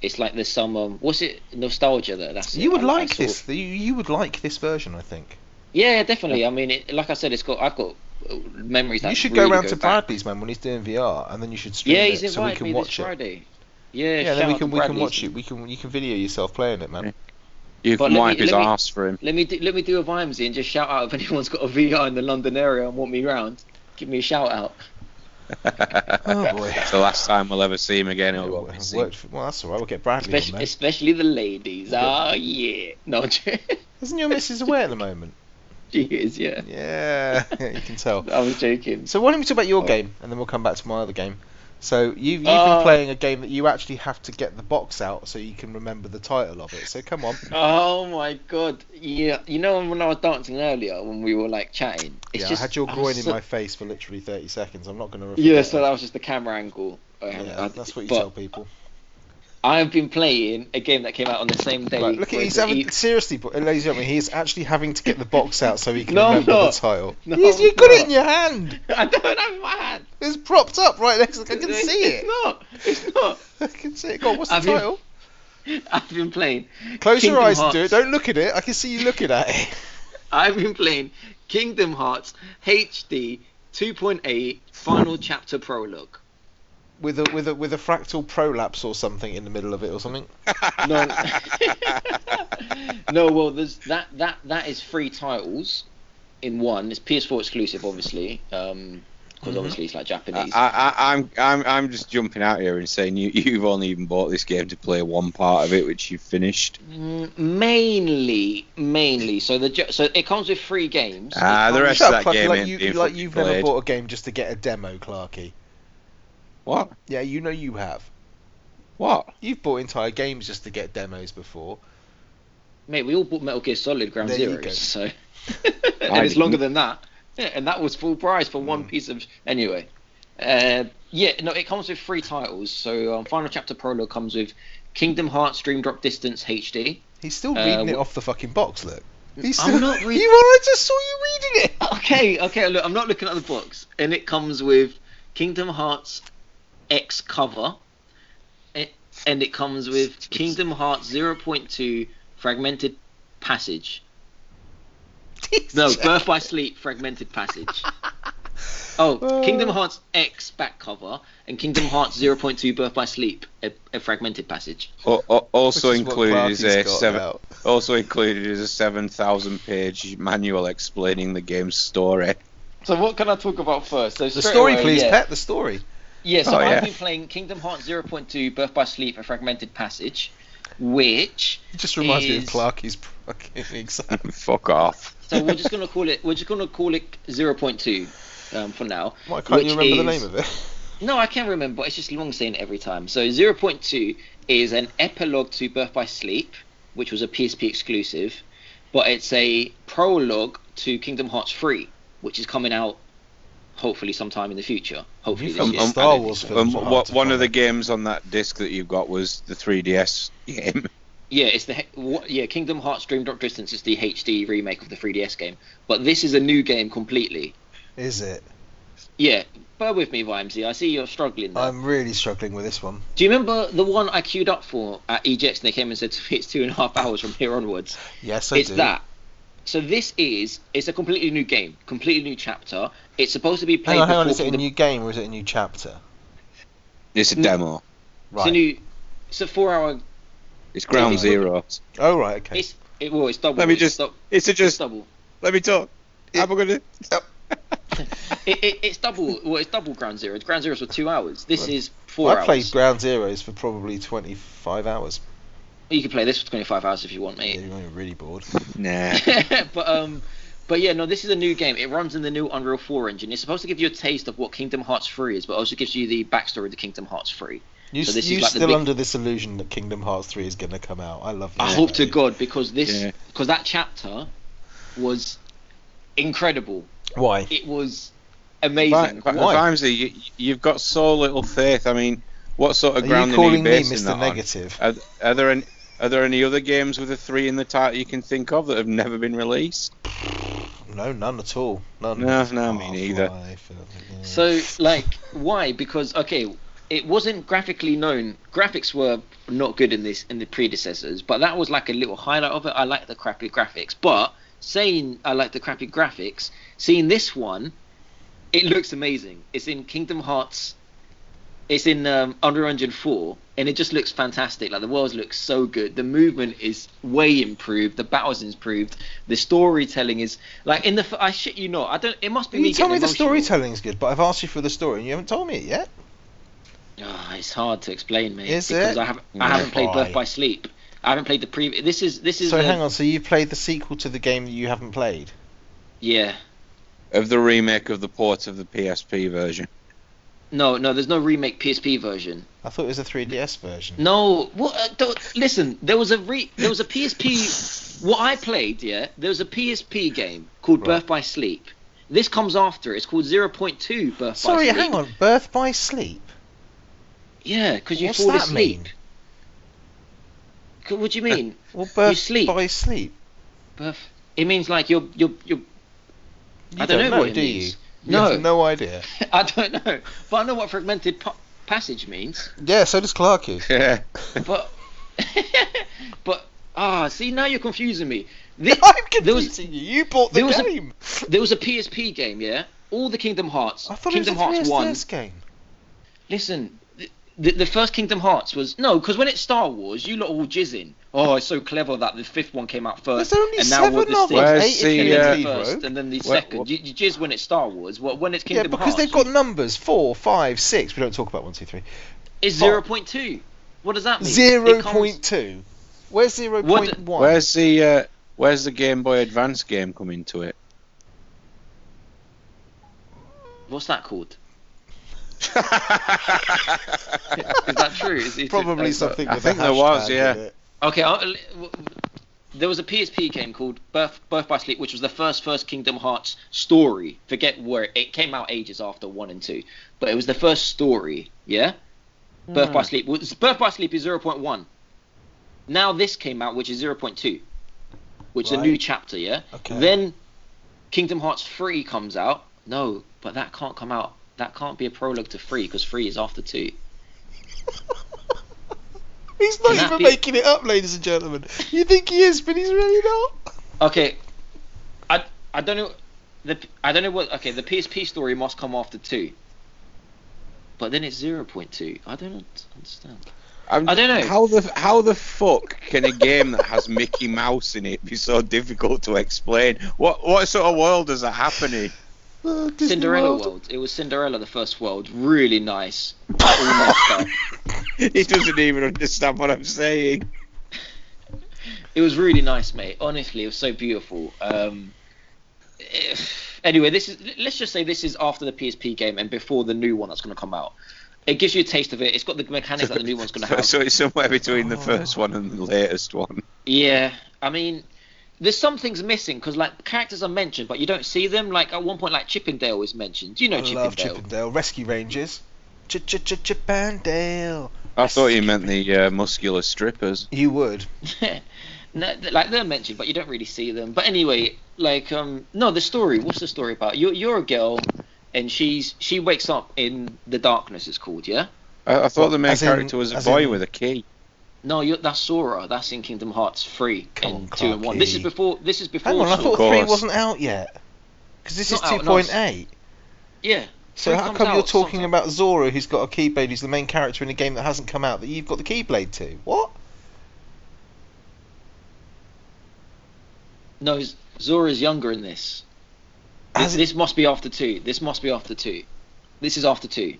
it's like there's some um, what's it nostalgia that that's it.
you would
I- I
like
sort
this.
of-
You, you would like this version, I think.
yeah, definitely. I mean, it, like I said, it's got I've got uh, memories. That
you should
really
go round to
back.
Bradley's man when he's doing VR, and then you should stream
Yeah,
it
he's
so we
invited
can
me
watch
this
it.
Friday. Yeah,
Yeah,
shout
then we
out
can
to
we can
Bradley.
watch it. We can you can video yourself playing it, man.
You
But
can
let me-
wipe his
let me-
arse for him. *laughs*
Let me do, let me do a vimesy and just shout out if *laughs* anyone's got a VR in the London area and want me round. Give me a shout out.
Oh, boy.
It's the last time we'll ever see him again.
It
It'll
wo-
be
it
seen.
worked for- well, that's all right. We'll get Bradley on
Especially,
there.
especially the ladies. Ah, yeah. No, *laughs*
Isn't your missus away at the moment?
she is. Yeah,
Yeah, *laughs* you can tell.
*laughs* I was joking.
So why don't we talk about your game, and then we'll come back to my other game. So you've, you've been
Oh.
playing a game that you actually have to get the box out so you can remember the title of it. So come on.
Oh my god! Yeah, you know when I was dancing earlier, when we were like chatting, it's
yeah,
just
I had your
was
groin
so-
in my face for literally 30 seconds. I'm not going to.
Yeah, so that was just the camera angle. Oh, I had.
yeah, that's what you
but
tell people.
I've been playing a game that came out on the same day.
Right, look at
for
he's
the
having
E-
seriously, but ladies and gentlemen, he is actually having to get the box out so he can
No, I'm
remember the
not.
title.
No,
He's- you
I'm
got it
not.
in your hand.
*laughs* I don't have it in my hand.
It's propped up right next. to I can see
it's
it. *laughs*
not. It's not.
I can see it. Go on, what's the
Have you-
title?
I've been playing.
Close your
Kingdom
eyes and do it.
Hearts.
Don't look at it. I can see you looking at it.
I've been playing Kingdom Hearts HD 2.8 Final Chapter Prologue.
With a with a with a fractal prolapse or something in the middle of it or something. *laughs*
No, no. Well, there's that that that is three titles in one. It's PS4 exclusive, obviously, because
Mm-hmm.
obviously it's like
I,
Japanese.
Uh,
I, I'm I'm I'm just jumping out here and saying you you've only even bought this game to play one part of it, which you've finished.
Mm, mainly, mainly. So the ju- so it comes with three games.
Uh,
It
Ah, the
comes-
rest
Shut
of
up,
that
Clarky,
game
like
ain't
you
being
like
fucking
you've never
played.
bought a game just to get a demo, Clarky.
What?
Yeah, you know you have.
What?
You've bought entire games just to get demos before.
Mate, we all bought Metal Gear Solid Ground
There you
Zero,
go. *laughs*
so
I
and it's longer
didn't.
than that. Yeah, and that was full price for one
Mm.
piece of anyway. Uh, yeah, no, it comes with three titles. So um, Final Chapter Prologue comes with Kingdom Hearts Dream Drop Distance HD.
He's still
Uh,
reading it
wh-
off the fucking box. Look, he's
I'm
still- *laughs*
not read-
You are. I just saw you reading it.
Okay, okay, look, I'm not looking at the box, and it comes with Kingdom Hearts X cover, a- and it comes with Kingdom Hearts 0.2 Fragmented Passage. No, Birth by Sleep
*laughs*
Fragmented Passage. Oh, Kingdom Hearts X back cover and Kingdom Hearts 0.2 Birth by Sleep a, a fragmented passage.
O- o- also
Which is what
included is
Clarky's
a
got
uh, seven.
out.
Also included is a seven thousand page manual explaining the game's story. *laughs*
So what can I talk about first? So
The story, please, Pet. The story.
Yeah, so
Oh,
I've
yeah.
been playing Kingdom Hearts 0.2 Birth by Sleep a fragmented passage, which
It just reminds me of
Is-
Clarky's fucking *laughs* exam.
Fuck off.
so we're just gonna call it we're just gonna call it 0.2 um, for now.
Why can't
which
you remember the
is-
name of it? *laughs*
No, I can remember. It's just long saying it every time. So 0.2 is an epilogue to Birth by Sleep, which was a PSP exclusive, but it's a prologue to Kingdom Hearts 3, which is coming out hopefully sometime in the future. Hopefully
Um,
this
found
year.
um,
Star Wars
Um,
films. are hard
what,
to
one of the
find.
games on that disc that you've got was the 3DS game. *laughs*
Yeah, it's the he- what, yeah Kingdom Hearts Dream Drop Distance is the HD remake of the 3DS game, but this is a new game completely.
Is it?
Yeah, bear with me, Vimesy. I see you're struggling there.
I'm really struggling with this one.
Do you remember the one I queued up for at EJX and they came and said *laughs* to me it's two and a half hours from here onwards?
Yes, I
it's
do.
that. So this is it's a completely new game, completely new chapter. It's supposed to be played
Hang on, hang on.
before
Is it a
Kingdom-
new game or is it a new chapter?
It's a
Mm.
demo.
it's a
Right.
new it's a four hour
It's Ground
Yeah.
Zero.
Oh right, okay.
it's it well it's double.
Let me
it's
just-
dou-
It's a
it's
just.
double.
Let me talk.
It-
Am I gonna?
It, it, it's double well it's double ground zero. It's ground zero's for two hours. This is four
I played
hours.
Ground Zeroes for probably 25 hours.
You can play this for twenty five hours if you want,
Yeah,
mate.
you're really bored.
Nah. *laughs*
*laughs* but um but yeah, no, this is a new game. It runs in the new Unreal 4 engine. It's supposed to give you a taste of what Kingdom Hearts 3 is, but also gives you the backstory of the Kingdom Hearts 3.
You,
So
s-
this is
you
like the
still
big-
under this illusion that Kingdom Hearts 3 is going to come out. I love that.
I hope to
about you.
God because this
Yeah.
because that chapter was incredible.
Why?
It was
Vi-
amazing.
Vi-
Why?
Vimesy, you, you've got so little faith. I mean, What sort of
Are
ground
you
are
calling me
basing that
Mr.
on?
Negative?
Are, are there any? Are there any other games with a three in the title you can think of that have never been released?
No, none at all. None.
No, no, me neither.
Half-Life, uh,
So, like, why? Because okay, it wasn't graphically known. Graphics were not good in this in the predecessors, but that was like a little highlight of it. I like the crappy graphics, but saying I like the crappy graphics, seeing this one, it looks amazing. It's in Kingdom Hearts. It's in um, Unreal Engine 4, and it just looks fantastic. Like the world looks so good. The movement is way improved. The battles improved. The storytelling is like in the. f- I shit you not. I don't. It must be me.
You tell me
getting
the
emotional.
storytelling's good, but I've asked you for the story and you haven't told me it yet.
Ah, it's hard to explain, mate.
Is
because
it?
I haven't,
Yeah.
I haven't played
Why?
Birth by Sleep. I haven't played the previous. This is this is.
So
a-
hang on. So you played the sequel to the game that you haven't played?
Yeah.
Of the remake of the port of the PSP version.
No, no. There's no remake PSP version.
I thought it was a 3DS version.
No. What? Uh, don't, listen. There was a re. There was a PSP. what I played, yeah. There was a PSP game called
Right.
Birth by Sleep. This comes after. it. It's called 0.2 Birth by
Sorry,
Sleep.
hang on. Birth by Sleep.
Yeah, because you
What's
fall
that
asleep.
mean?
C- What do you mean?
Well, birth
sleep.
by sleep.
Birth. It means like you're you're you're.
You
I don't, know, what it
do
means.
you?
No.
you have no idea.
*laughs* I don't know, but I know what fragmented pa- passage means.
Yeah, so does Clarky. *laughs*
Yeah.
But, *laughs* but ah, see now you're confusing me. Thi-
*laughs* I'm
there was
confusing you. You bought the
there was a-
game.
there was a PSP game, yeah. All the Kingdom Hearts,
I thought
Kingdom
it was
Hearts
a 3DS
one.
E game.
Listen, th- the, the first Kingdom Hearts was no, because when it's Star Wars, you lot all jizzing. Oh, it's so clever that the fifth one came out first.
There's only
and now all
seven
this
of
thing-
them.
Where's
Eight if
the,
you
Kingdom
Yeah.
include
Hearts first,
Rogue.
and then the
Where-
second.
what-
You, you jizz when it's Star Wars. Well, when it's
Yeah,
Kingdom
because
Hearts,
they've got numbers four, five, six. We don't talk about one, two, three.
it's zero point two. What does that mean?
Oh. Zero
It comes-
point two. Where's zero
What-
point one?
Where's the uh, Where's the Game Boy Advance game come into
*laughs*
it?
What's that called? Is that true? Is
*laughs*
it-
Probably
uh,
something.
I
with
think
a
there was,
hashtag in
yeah.
it.
Okay, I, l- w- there was a PSP game called Birth, Birth by Sleep, which was the first first Kingdom Hearts story. Forget where it came out ages after one and two, but it was the first story. Yeah, Birth
Hmm.
by Sleep. was- Birth by Sleep is zero point one. Now this came out, which is zero point two, which is a new
Right.
chapter. Yeah.
Okay.
Then Kingdom Hearts three comes out. No, but that can't come out. That can't be a prologue to three because three is after two.
*laughs* He's not
Can that
even
be-
making it up, ladies and gentlemen. You think he is, but he's really not.
Okay, I I don't know the I don't know what okay the PSP story must come after two, but then it's zero point two. I don't un- understand.
I'm-
I don't know.
How the How the fuck can a game that has Mickey Mouse in it be so difficult to explain? What What sort of world does that happen in? *laughs*
Uh, Disney
Cinderella
World.
world. It was Cinderella the first world. Really nice. All messed up.
He doesn't even understand what I'm saying.
It was really nice, mate. Honestly, it was so beautiful. Um, eh, anyway, this is let's just say this is after the PSP game and before the new one that's going to come out. It gives you a taste of it. It's got the mechanics that the new one's going to
So,
have. Oh.
so it's somewhere between the first one and the latest one.
Yeah, I mean, there's some things missing because like characters are mentioned, but you don't see them. Like at one point, like Chippendale is mentioned. You know
I love
Chippendale.
Chippendale. Rescue Rangers. Ch ch ch Chippendale.
I thought you meant the uh, muscular strippers.
You would.
*laughs* no, th- like they're mentioned, but you don't really see them. But anyway, like um, no, the story. What's the story about? You're you're a girl, and she's she wakes up in the darkness. It's called yeah.
I, I thought the main
As in-
character was a
as
boy
in-
with a key.
No, you're, that's Sora. That's in Kingdom Hearts three
Come
and
on,
two and one.
Clarky.
This is before. This is before.
Hang on, I
Sora.
thought
course.
three wasn't out yet. Because this is
It's not out,
two
no,
point
it's-
eight.
Yeah.
So
Three
how
comes
come you're
out sometime-
talking about Zora, who's got a keyblade, who's the main character in a game that hasn't come out that you've got the keyblade to? What?
No, Z- Zora's younger in this. This,
Has it-
this must be after two. This must be after two. This is after two.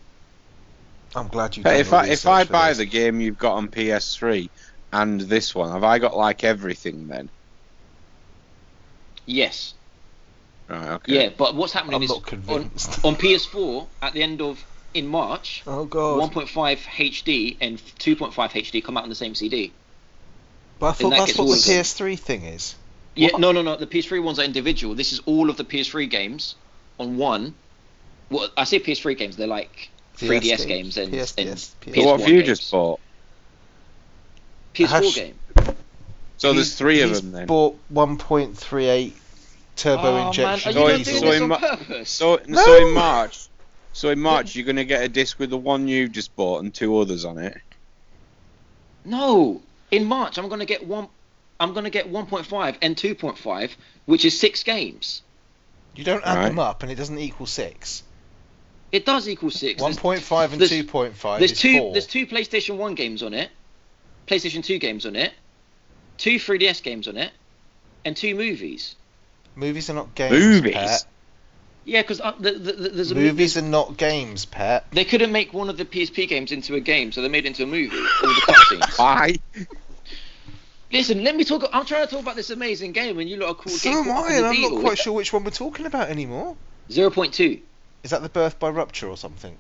I'm glad you.
Hey, if I if I buy the game you've got on PS3 and this one, have I got like everything then?
Yes.
Right. Okay.
Yeah, but what's happening
I'm
is
not
on,
convinced.
on PS4 at the end of in March,
oh god!
1.5 HD and 2.5 HD come out on the same CD.
but I
in
thought
that
that's
case,
what
all
the
of them.
PS3 thing is.
Yeah, no, no, no. The PS3 ones are individual. This is all of the PS3 games on one. Well, I say PS3 games. They're like 3DS games and- and
So what
PS4
have you
games.
just bought?
PS4
Hash-
game.
So there's three of
he's
them then.
Bought 1.38 turbo injection.
man, are you
Oh,
not doing
so
this
in
on
my-
purpose?
So
No!
so in March, so in March you're gonna get a disc with the one you just bought and two others on it.
No, in March I'm gonna get one. I'm gonna get 1.5 and 2.5, which is six games.
you don't add
Right.
them up, and it doesn't equal six.
It does equal six. There's-
1.5 and
there's-
2.5
There's
is
two.
four.
There's two PlayStation One games on it, PlayStation Two games on it, two 3DS games on it, and two movies.
Movies are not games.
Movies?
Pet.
Yeah, because uh, the, the, the, there's a movie.
Movies are not games, Pet.
They couldn't make one of the PSP games into a game, so they made it into a movie. All the cutscenes.
Why?
Listen, let me talk. I'm trying to talk about this amazing game, and you lot are cool.
So
getting
am
caught up
I,
in
and
the
I'm
deal.
not quite sure which one we're talking about anymore.
0.2.
Is that the birth by rupture or something?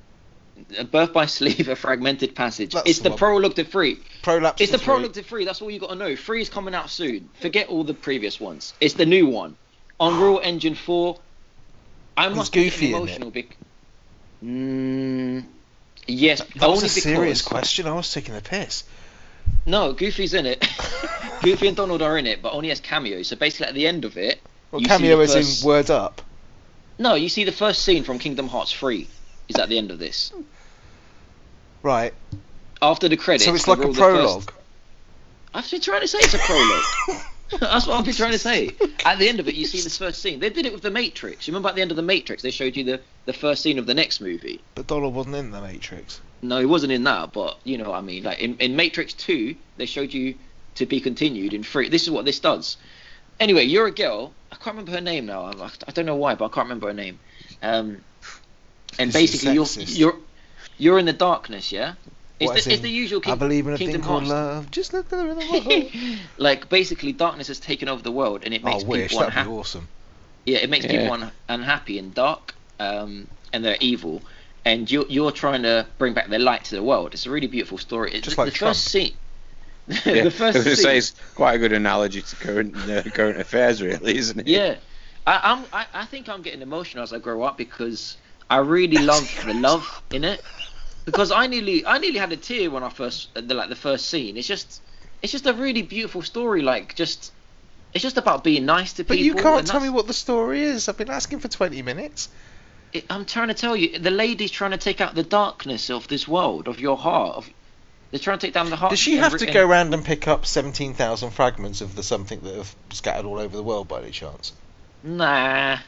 A birth by sleep, a fragmented passage.
That's
it's
the
the
one.
prologue to three.
Prolapse.
It's
to
the
three.
prologue to three. That's all you got to know. Three is coming out soon. Forget all the previous ones. It's the new one.
*gasps*
Unreal Engine four. I
It's
must be
goofy,
getting
isn't it?
emotional. Bec- mm, yes,
That was
only
a serious
because-
question. I was taking the piss.
No, Goofy's
*laughs*
in it. Goofy and Donald are in it, but only as cameos. So basically, at the end of it,
Well,
You see
cameo
the
is
first-
in Word Up.
no, you see the first scene from Kingdom Hearts three is at the end of this.
Right.
After the credits,
so it's
they
like a
roll the first-
prologue.
I've been trying to say it's a prologue. That's what I've been trying to say. At the end of it, you see this first scene. They did it with The Matrix. You remember at the end of The Matrix, they showed you the, the first scene of the next movie.
But Donald wasn't in the Matrix.
No, he wasn't in that, but you know what I mean. Like in, in Matrix 2, they showed you to be continued in 3. This is what this does. Anyway, you're a girl. I can't remember her name now. I'm, I don't know why, but I can't remember her name. Um, and
This is
basically, you're,
sexist.
you're you're in the darkness, yeah. It's,
What, as
the, it's
in,
the usual
I
King-
believe in a
Kingdom
thing called
Hearts.
love. Just look at the
*laughs*
rhythm. of love.
like basically darkness has taken over the world and it
Oh, I
makes
wish
people
that'd be
unhappy
awesome.
yeah it makes
Yeah.
people un- unhappy and dark um, and they're evil and you're, you're trying to bring back the light to the world it's a really beautiful story it's
Just
the,
like
the
Trump.
first scene *laughs*
Yeah,
the
I
first
was gonna *laughs*
scene
say it's quite a good analogy to current uh, current affairs, really, isn't it?
yeah I, I'm, I, I think i'm getting emotional as i grow up because i really love the love in it because i nearly i nearly had a tear when i first uh, the, like the first scene it's just it's just a really beautiful story like just it's just about being nice to
But
people
you can't
and
tell
that's-
me what the story is. I've been asking for 20 minutes.
It- I'm trying to tell you, the lady's trying to take out the darkness of this world, of your heart. Of, they're trying to take down the heart.
Does she
and
have
re-
to
and-
go round and pick up 17,000 fragments of the something that have scattered all over the world by any chance?
Nah.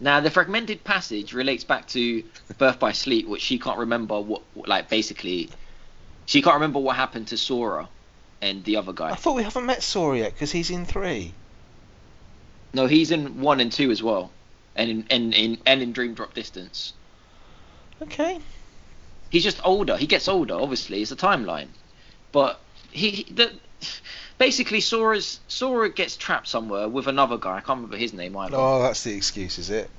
Nah, the fragmented passage relates back to Birth by Sleep, which she can't remember what, like, basically, she can't remember what happened to Sora and the other
I
guy.
thought we haven't met Sora yet because he's in three.
No, he's in one and two as well, and in and in and in Dream Drop Distance.
Okay.
He's just older. He gets older, obviously. It's a timeline, but he, he- the, basically Sora's Sora gets trapped somewhere with another guy. I can't remember his name either.
Oh, that's the excuse, is it?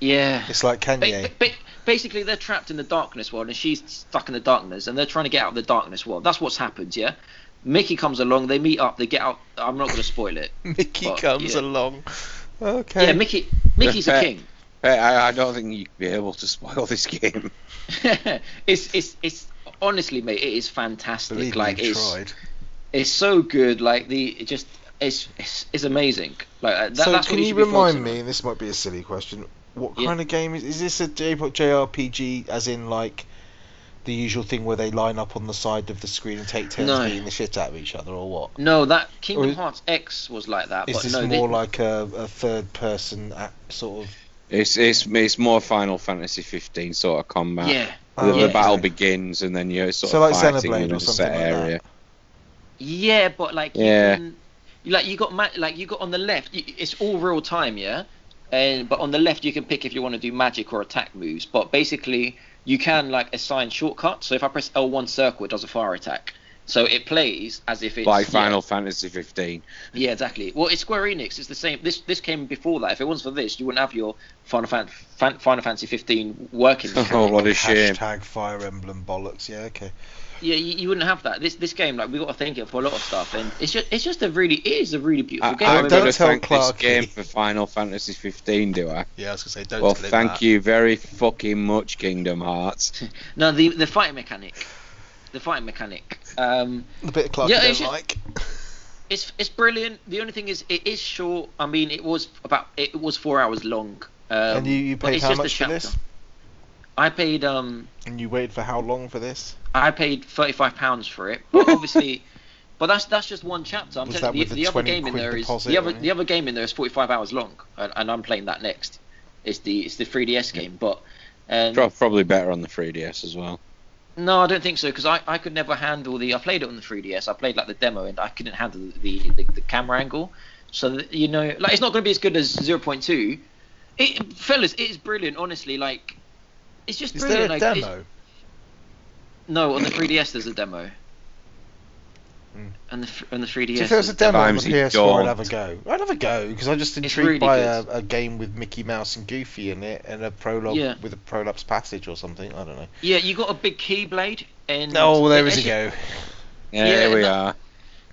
yeah.
It's like
Ba-
Kanye.
ba- ba- basically, they're trapped in the darkness world, and she's stuck in the darkness, and they're trying to get out of the darkness world. That's what's happened. Yeah. Mickey comes along. They meet up. They get out. I'm not going to spoil it.
*laughs* Mickey
Well,
comes
yeah.
along. Okay.
Yeah, Mickey. Mickey's a king.
Hey, I, I don't think you'd be able to spoil this *laughs* game.
*laughs* it's it's it's honestly, mate. It is fantastic.
Believe me,
like
you've
it's.
tried.
it's so good. Like the it just it's it's, it's amazing. Like uh, that,
so
that's
can
what
you
you, should be
remind
focusing
me? And this might be a silly question. What
Yeah.
kind of game is? Is this a J- JRPG, as in like the usual thing where they line up on the side of the screen and take turns
No.
beating the shit out of each other, or what?
on. No, that Kingdom
is-
Hearts X was like that.
Is
but
this
no,
more
thi-
like a, a third-person act, sort of?
It's it's it's more Final Fantasy 15 sort of combat.
yeah,
The,
Oh,
the
yeah.
battle begins and then you're sort
So
of
like
fighting
Xenoblade
in
or
a
something
set
like that.
area.
yeah, but like you
Yeah.
can- like you got ma- like you got on the left. You, it's all real time, yeah. And but on the left you can pick if you want to do magic or attack moves. But basically you can like assign shortcuts. So if I press L1 circle, it does a fire attack. So it plays as if it's
Like
yeah.
Final Fantasy 15.
Yeah, exactly. Well, it's Square Enix. It's the same. This this came before that. If it wasn't for this, you wouldn't have your Final, Fan, Fan, Final Fantasy 15 working.
*laughs* Oh,
mechanic.
what a shame.
Hashtag Fire Emblem bollocks. Yeah, okay.
Yeah, you, you wouldn't have that. This this game, like we got to thank it for a lot of stuff, and it's just it's just a really it is a really beautiful
I,
game.
I'm
mean,
don't
going to
tell
thank
Clarky.
this game for Final Fantasy 15, do I?
Yeah, I was gonna say don't.
well,
deliver
thank
that.
you very fucking much, Kingdom Hearts.
No, the the fighting mechanic, the fighting mechanic. Um,
The bit of Clark
Yeah,
I don't
it's just-
like.
it's it's brilliant. The only thing is, it is short. I mean, it was about it was four hours long. Um,
and you, you
but
paid
it's
how
just a
much for this?
chapter. I paid um
And you waited for how long for this?
I paid thirty five pounds for it,
*laughs*
but obviously, but that's that's just one chapter. I'm
Was
telling
that
you,
with
the,
the
the other
20
game in
quid
there is
deposit,
the other
right?
the other game in there is forty five hours long, and, and I'm playing that next. It's the it's the 3DS game, but um,
Pro- Probably better on the 3DS as well.
no, I don't think so because I, I could never handle the. I played it on the 3DS. I played like the demo and I couldn't handle the the, the, camera angle. So that, you know, like it's not going to be as good as 0.2. It, fellas, it is brilliant. Honestly, like it's just
Is there a
brilliant. like, it's-
demo?
no, on the 3DS there's a demo.
Mm.
And the f- and the 3DS.
if there was a
there's-
demo on the
Times he
PS4, I'd have a
don't.
go. I'd have a go because I'm just intrigued
really
by a, a game with Mickey Mouse and Goofy in it, and a prologue
Yeah.
with a prolapse passage or something. I don't know.
Yeah, you got a big keyblade and.
No, there is a
actually-
go.
Yeah,
Yeah,
here we
that-
are.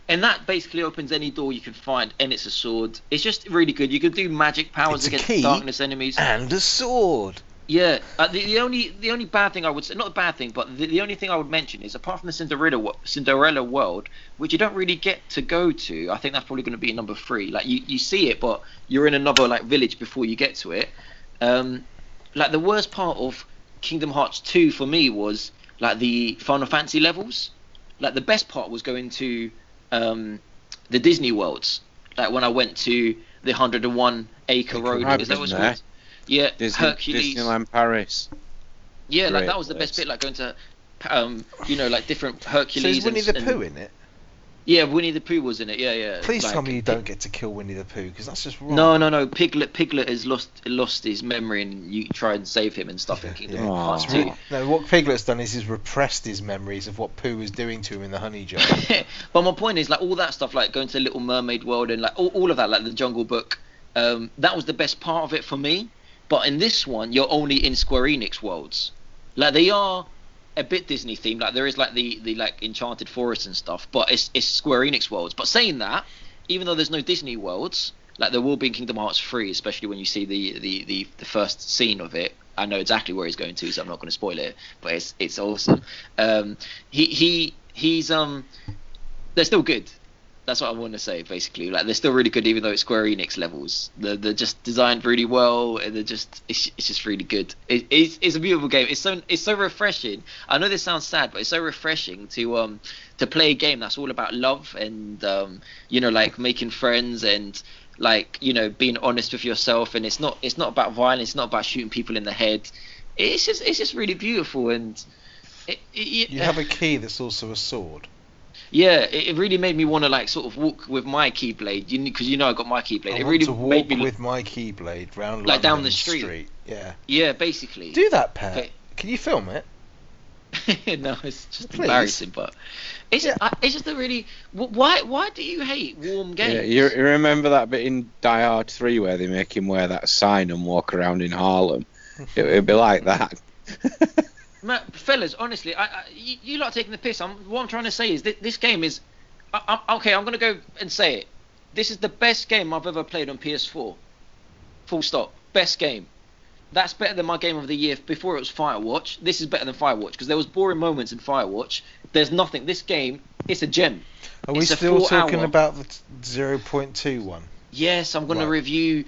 And that basically opens any door you can find, and it's a sword. It's just really good. You can do magic powers
It's a
against
key
darkness enemies.
And a sword.
Yeah, uh, the, the only the only bad thing I would say, not a bad thing, but the, the only thing I would mention is apart from the Cinderella wo- Cinderella world, which you don't really get to go to. I think that's probably going to be number three. Like you, you see it, but you're in another like village before you get to it. Um, like the worst part of Kingdom Hearts two for me was like the Final Fantasy levels. Like the best part was going to um, the Disney worlds. Like when I went to the 101 Acre Road,
I've
is that
been
what it's
there.
called? Yeah,
Disney,
Hercules.
Disneyland Paris.
Yeah, like
Great
that was the best
place.
bit, like going to, um, you know, like different
So
Hercules.
is Winnie
and,
the
and-
Pooh in it?
Yeah, Winnie the Pooh was in it. Yeah, yeah.
Please
like-
tell me you don't get to kill Winnie the Pooh because that's just wrong.
No, no, no. Piglet, Piglet has lost lost his memory, and you try and save him and stuff in Kingdom
yeah.
Hearts
Aw.
too.
No, what Piglet's done is he's repressed his memories of what Pooh was doing to him in the honey
*laughs*
jar.
but my point is, like all that stuff, like going to Little Mermaid World and like all, all of that, like the Jungle Book. Um, that was the best part of it for me. But in this one, you're only in Square Enix worlds. Like they are a bit Disney themed. Like there is like the the like Enchanted Forest and stuff, but it's it's Square Enix worlds. But saying that, even though there's no Disney worlds, like there will be in Kingdom Hearts 3, especially when you see the the the, the first scene of it. I know exactly where he's going to, so I'm not going to spoil it. But it's it's awesome. Um, he he he's um they're still good. That's what I want to say, basically. Like they're still really good, even though it's Square Enix levels. They're, they're just designed really well, and they're just it's, it's just really good. It, it's, it's a beautiful game. It's so it's so refreshing. I know this sounds sad, but it's so refreshing to um to play a game that's all about love and um you know like making friends and like you know being honest with yourself. And it's not it's not about violence. It's not about shooting people in the head. It's just it's just really beautiful and. It, it,
You have a key that's also a sword.
yeah, it, it really made me want to like sort of walk with my keyblade, you because you know I got my keyblade.
I
it
want
really
to walk
made me look-
with my keyblade round
Like down
London
the street.
Yeah,
yeah, basically.
do that, Pat.
Okay.
Can you film it?
*laughs* no, it's just
Please.
embarrassing, but it's
Yeah.
I, it's just a really wh- why why do you hate warm games?
Yeah, you, you remember that bit in Die Hard 3 where they make him wear that sign and walk around in Harlem? It would be like that. *laughs*
Ma fellas, honestly, I, I you, you lot are taking the piss. I'm, what I'm trying to say is that this game is, I, I'm, okay. I'm gonna go and say it. This is the best game I've ever played on PS4. Full stop. Best game. That's better than my game of the year. Before it was Firewatch. This is better than Firewatch because there was boring moments in Firewatch. There's nothing. This game, it's a gem.
Are we
It's a
still
full
talking
hour.
about the t- 0.2 one?
Yes, I'm gonna
Right.
review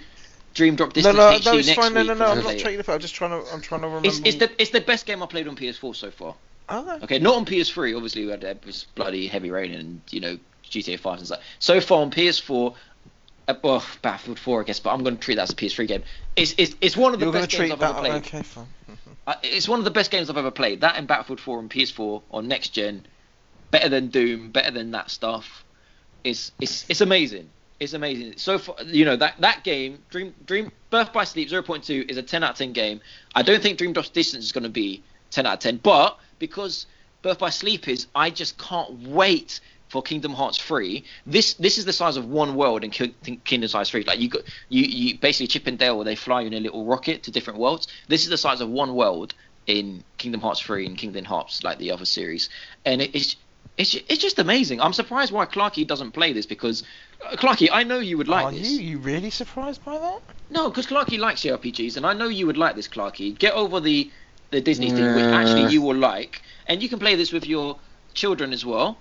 Dream Drop
no,
Distance
no,
HD
no, it's
next
fine. No,
week
no, no.
when I
I'm
play
not
it.
taking it. I'm just trying to. I'm trying to remember.
It's, it's the it's the best game I played on PS4 so far.
Oh,
Okay, not on PS3. Obviously, we had it was bloody heavy rain and you know GTA 5 and stuff. So far on PS4, uh, well, Battlefield 4, I guess, but I'm going to treat that as a PS3 game. It's it's, it's one of the
you're going
best
to
games
treat
I've
that.
ever played.
Okay, fine.
Uh, it's one of the best games I've ever played. That and Battlefield 4 and PS4 on next gen, better than Doom, better than that stuff. It's it's it's amazing. It's amazing. So far, you know that that game, Dream Dream Birth by Sleep 0.2 is a 10 out of 10 game. I don't think Dream Dust Distance is going to be 10 out of 10, but because Birth by Sleep is, I just can't wait for Kingdom Hearts 3. This this is the size of one world in Ki- Ki- Kingdom Hearts 3. Like you got you you basically Chip and Dale where they fly you in a little rocket to different worlds. This is the size of one world in Kingdom Hearts 3 and Kingdom Hearts, like the other series. And it, it's, it's it's just amazing. I'm surprised why Clarky doesn't play this because uh, Clarky, I know you would like
Are
this.
you you really surprised by that?
No, because Clarky likes JRPGs, and I know you would like this, Clarky. Get over the the Disney thing, which
Yeah.
actually you will like, and you can play this with your children as well.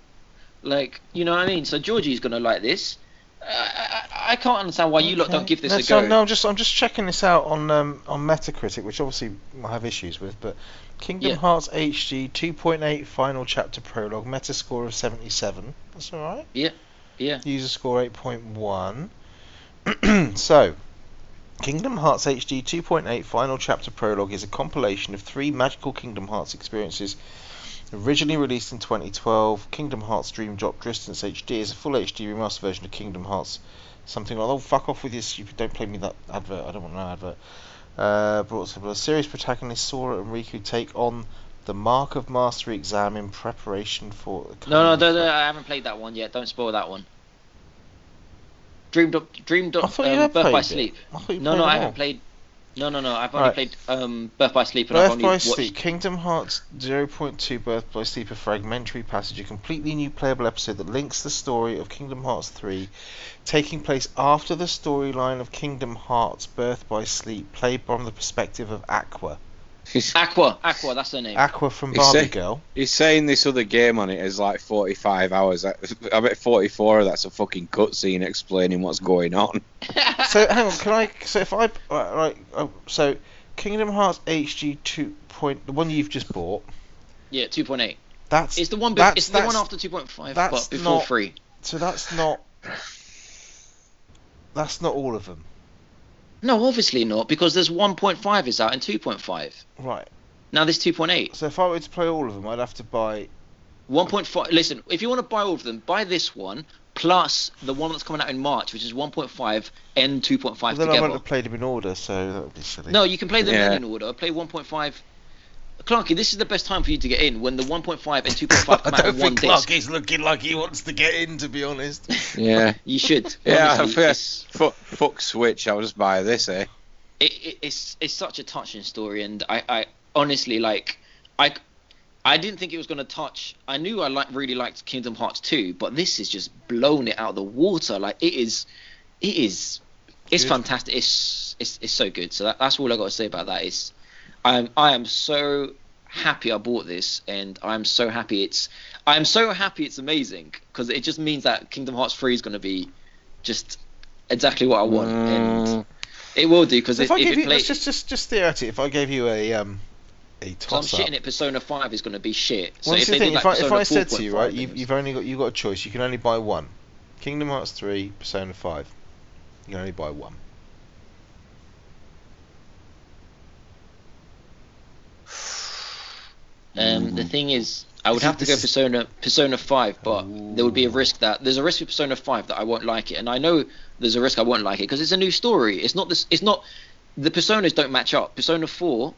Like, you know what I mean? So Georgie's gonna like this. Uh, I, I, I can't understand why you lot
Okay.
don't give this
no,
a
so-
go.
no, I'm just I'm just checking this out on um, on Metacritic, which obviously I have issues with, but Kingdom
Yeah.
Hearts HD 2.8 final chapter prologue, Metascore of 77. That's all right.
Yeah, yeah.
User score 8.1. *clears throat* so. Kingdom Hearts HD 2.8 Final Chapter Prologue is a compilation of three magical Kingdom Hearts experiences. Originally released in 2012, Kingdom Hearts Dream Drop Distance HD is a full HD remastered version of Kingdom Hearts something like, oh, fuck off with you, stupid, don't play me that advert, I don't want an advert. Uh, brought to the series protagonist Sora and Riku take on the Mark of Mastery exam in preparation for.
No, no, no, no, I haven't played that one yet. Don't spoil that one. Dreamed up, dreamed
I
up.
thought you
Um,
had
Birth
played
by
it.
Sleep.
I thought you played
No, no,
them
I
all.
haven't played. No, no, no. I've only
Right.
played um, Birth by Sleep, and I've
Birth
only
by
watched.
Sleep, Kingdom Hearts 0.2 Birth by Sleep, a fragmentary passage, a completely new playable episode that links the story of Kingdom Hearts 3, taking place after the storyline of Kingdom Hearts Birth by Sleep, played from the perspective of Aqua.
Aqua, Aqua, that's her name.
Aqua from
It's a-
Barbie Girl.
He's saying this other game on it is like 45 hours. I I bet 44 of that's a fucking cutscene explaining what's going on.
so hang on, can I? So if I right, right oh, so Kingdom Hearts HD two point the one you've just bought.
*laughs* yeah, two point eight.
That's
It's the one. Be-
that's,
it's the one
that's-
after 2.5,
that's
but before
not-
three.
So that's not. That's not all of them,
No, obviously not, because there's 1.5 is out and 2.5.
right?
Now there's 2.8.
So if I were to play all of them, I'd have to buy.
1.5. Listen, if you want to buy all of them, buy this one plus the one that's coming out in March, which is 1.5 and 2.5
Well, then I
together.
won't have played them in order, so that would be silly.
No, you can play them
Yeah.
in order. Play 1.5. Clarky, this is the best time for you to get in when the 1.5 and
*laughs*
2.5 come out in one disc.
is looking like he wants to get in, to be honest.
Yeah.
You should.
*laughs* Yeah,
Honestly,
fair.
it's-
Fuck, fuck Switch, I'll just buy this, eh?
it, it, it's it's such a touching story, and I, I honestly like I I didn't think it was gonna touch. I knew I like really liked Kingdom Hearts 2, but this is just blown it out of the water. Like it is, it is, it's
Good.
fantastic. It's it's it's so good. So that, that's all I got to say about that. Is I'm I am so happy I bought this, and I'm so happy it's I'm so happy it's amazing because it just means that Kingdom Hearts 3 is gonna be just exactly what I want. And
Mm.
it will do because
So
if,
if I
if
give
it
you,
plays,
let's just just just theoretically, if I gave you a um a
I'm
toss up.
shitting it. Persona Five is going to be shit. So
Well,
if
that's
they
the thing.
did like
If I, if
Persona
I said to you,
4.5,
right,
then
you've,
it's-
you've only got you have got a choice. You can only buy one. Kingdom Hearts three, Persona five. You can only buy one.
um, the thing is, I would
This
have
is-
to
this is-
go Persona Persona Five, but there would be a
Ooh.
risk that there's a risk with Persona Five that I won't like it, and I know there's a risk I won't like it because it's a new story. It's not this. It's not the personas don't match up. Persona Four,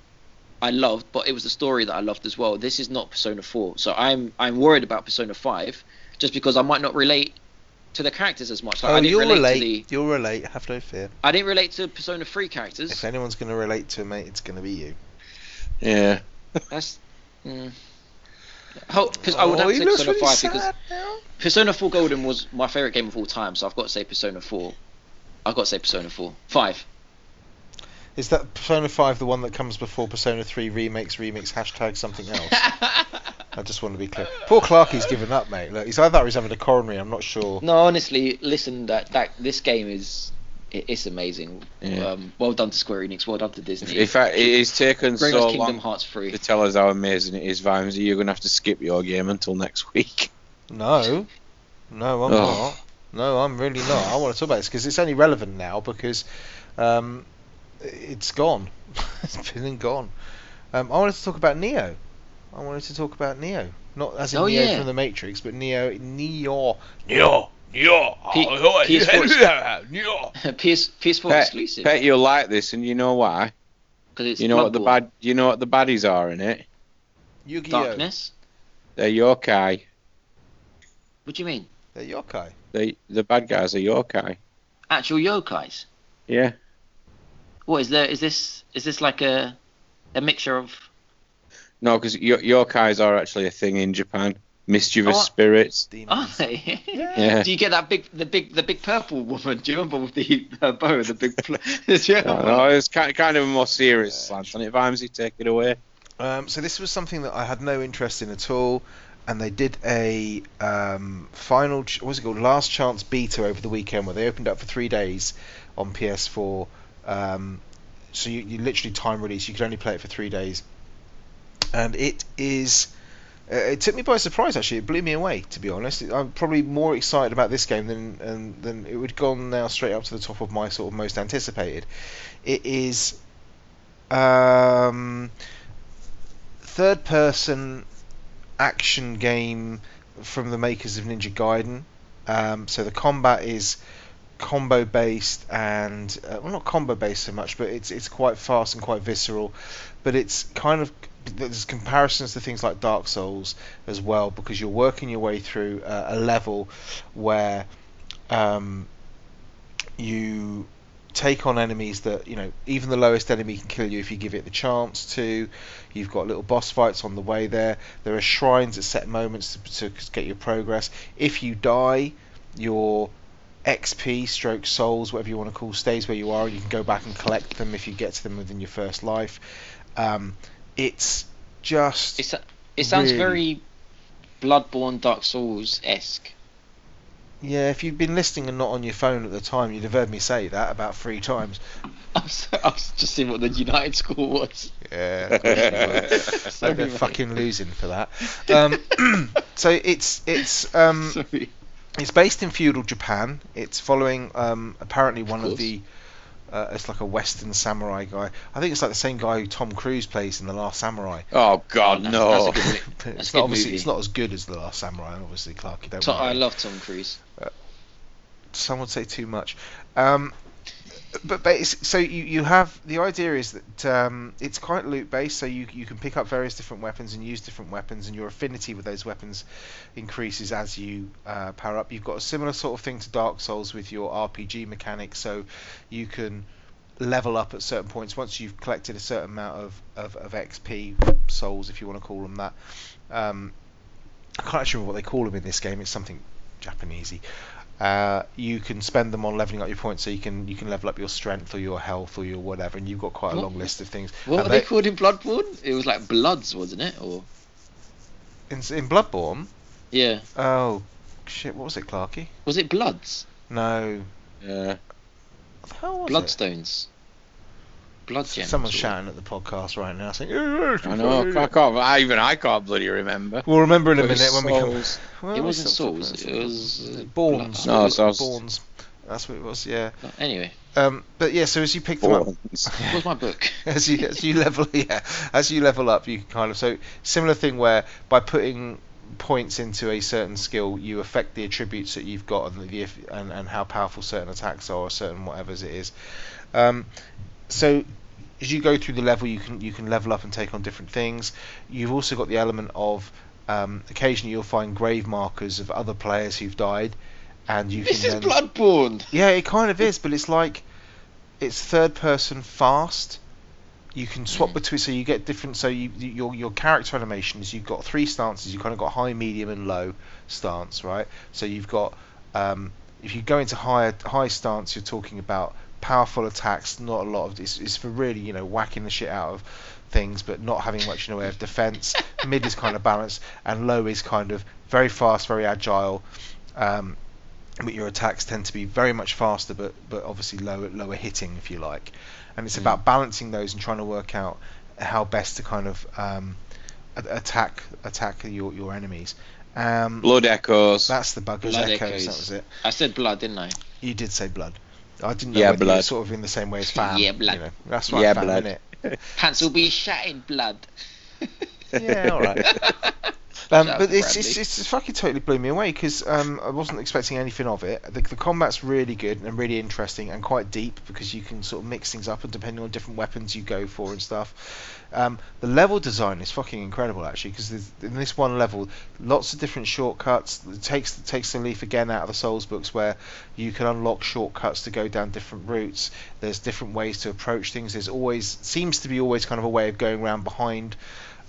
I loved, but it was the story that I loved as well. This is not Persona Four, so I'm I'm worried about Persona Five, just because I might not relate to the characters as much. Like, I didn't
Oh, you'll relate.
to the
You'll relate. Have no fear.
I didn't relate to Persona 3 characters.
If anyone's going to relate to it, mate, it's going to be you.
Yeah.
That's. Mm. Ho- pers- I would
Oh,
Oh,
have to say Persona 5 because Persona 4 Golden was my favorite game of all time, so I've got to say Persona 4. I've got to say Persona 4. 5.
Is that Persona five the one that comes before Persona three remakes? Remix hashtag something else. I just want to be clear. Poor Clarky's given up, mate. Look, he's either that or he's having a coronary. I'm not sure.
No, honestly, listen, that, that this game is. It, it's amazing.
Yeah.
Um, well done to Square Enix, well done to Disney.
In fact, it- it's taken
Bring
so
us Kingdom
long
Hearts
to
3. *laughs*
tell us how amazing it is, Vimes. You're going to have to skip your game until next week.
No, no, I'm
Oh.
not. No, I'm really not. I want to talk about this because it's only relevant now because um, it's gone. *laughs* it's been and gone. Um, I wanted to talk about Neo. I wanted to talk about Neo, not as in
Oh,
Neo
yeah.
from the Matrix, but Neo, Neo, Neo, Neo.
P-
Oh,
PS4
yeah, *laughs* Neo.
PS, PS4
Pet,
exclusive.
Pet, you'll like this, and you know why?
'cause it's
you know what the
Bloodborne.
bad, you know what the baddies are in it?
Yu-Gi-Oh.
Darkness?
They're yokai.
What do you mean?
They're yokai.
They, the bad guys are yokai.
Actual yokais?
Yeah.
What is there? Is this is this like a a mixture of
No, because yokais are actually a thing in Japan. Mischievous
Oh, I-
*laughs* spirits.
Are
Demons.
they?
Yeah.
Do you get that big, the big, the big purple woman? Do you remember with the uh, bow, and the big? Pl- *laughs* yeah.
No, no, it's kind kind of a more serious slant on it. Vimesy, take it away.
Um, so this was something that I had no interest in at all, and they did a um, final, ch- what's it called, last chance beta over the weekend where they opened up for three days on PS4. Um, so you, you literally time release. You could only play it for three days, and it is. Uh, it took me by surprise actually. It blew me away to be honest. I'm probably more excited about this game than and, than it would gone now straight up to the top of my sort of most anticipated. It is. Um, third person action game from the makers of Ninja Gaiden. Um, so the combat is combo based and uh, well not combo based so much but it's it's quite fast and quite visceral but it's kind of there's comparisons to things like Dark Souls as well because you're working your way through uh, a level where um, you take on enemies that you know even the lowest enemy can kill you if you give it the chance to you've got little boss fights on the way there there are shrines at set moments to, to get your progress if you die your xp stroke souls whatever you want to call stays where you are and you can go back and collect them if you get to them within your first life um, it's just
It's, it sounds
Really?
very Bloodborne, Dark Souls *laughs* esque.
yeah if you've been listening and not on your phone at the time you'd have heard me say that about three times
I was, I was just seeing what the United score was.
yeah *laughs*
*laughs* Sorry,
they're
mate.
fucking losing for
*laughs*
that um, so it's it's um,
Sorry.
It's based in feudal Japan. It's following um, apparently one of,
course.
the. Uh, it's like a Western samurai guy. I think it's like the same guy who Tom Cruise plays in The Last Samurai.
Oh God,
That's- that's
no!
a good minute.
But
That's
it's
a good
not obviously
movie.
it's not as good as The Last Samurai, obviously, Clark. You don't.
*laughs* Tom,
want
I
to-
love Tom Cruise.
some would say too much. Um, but basi- so you, you have the idea is that um, it's quite loot based, so you, you can pick up various different weapons and use different weapons, and your affinity with those weapons increases as you uh, power up. You've got a similar sort of thing to Dark Souls with your RPG mechanics, so you can level up at certain points once you've collected a certain amount of, of, of XP souls, if you want to call them that. Um, I can't actually remember what they call them in this game. It's something Japanesey uh, you can spend them on leveling up your points, so you can you can level up your strength or your health or your whatever, and you've got quite a
What?
long list of things.
What
And
were they
they-
called in Bloodborne? It was like Bloods, wasn't it? Or
In, in Bloodborne,
yeah,
oh shit, what was it, Clarky?
was it Bloods?
No,
Yeah.
what the hell was it?
Bloodstones. Blood gems.
Someone's
or-
shouting at the podcast right now, saying,
I know. I can't. I even I can't bloody remember.
We'll remember in a
It was
minute when we come.
Souls.
Well, we
It wasn't
sort of-
Souls. It was uh,
Bournes.
No,
Blood-
so I was-
Bournes. That's what it was, yeah.
No, Anyway,
Um, but yeah, so as you pick them up,
Bournes.
what was my
*laughs*
book?
as you as you level *laughs* yeah as you level up you can kind of so similar thing where by putting points into a certain skill you affect the attributes that you've got and the eff- and, and how powerful certain attacks are or certain whatever's it is um, so as you go through the level you can you can level up and take on different things you've also got the element of um, occasionally you'll find grave markers of other players who've died and you
This
can
is
then,
Bloodborne.
yeah, it kind of is, but it's like it's third person fast. You can swap
Mhm.
between, so you get different. So you, you- your your character animations, you've got three stances. You kind of got high, medium, and low stance, right? So you've got um, if you go into higher high stance, you're talking about powerful attacks. Not a lot of it's, it's for really you know whacking the shit out of things, but not having much in the way of defense. Mid is kind of balanced, and low is kind of very fast, very agile. Um, but your attacks tend to be very much faster, but but obviously lower lower hitting, if you like. And it's about balancing those and trying to work out how best to kind of um, a- attack attack your your enemies. Um,
Blood echoes.
that's the buggers
Blood
echoes.
Echoes.
That was it.
I said blood, didn't I?
You did say blood. I didn't know
Yeah,
whether you were
blood.
sort of in the same way as fam.
Yeah,
you
blood.
know. That's right,
Yeah,
fam,
blood. *laughs*
innit?
Pants will be shat in
*laughs*
blood.
Yeah, all right. Um,
Shout out
but
to
it's, it's
Bradley.
it's fucking totally blew me away because um, I wasn't expecting anything of it. The, the combat's really good and really interesting and quite deep because you can sort of mix things up and depending on different weapons you go for and stuff. Um, the level design is fucking incredible actually because in this one level, lots of different shortcuts. It takes takes the leaf again out of the Souls books where you can unlock shortcuts to go down different routes. There's different ways to approach things. There's always seems to be always kind of a way of going around behind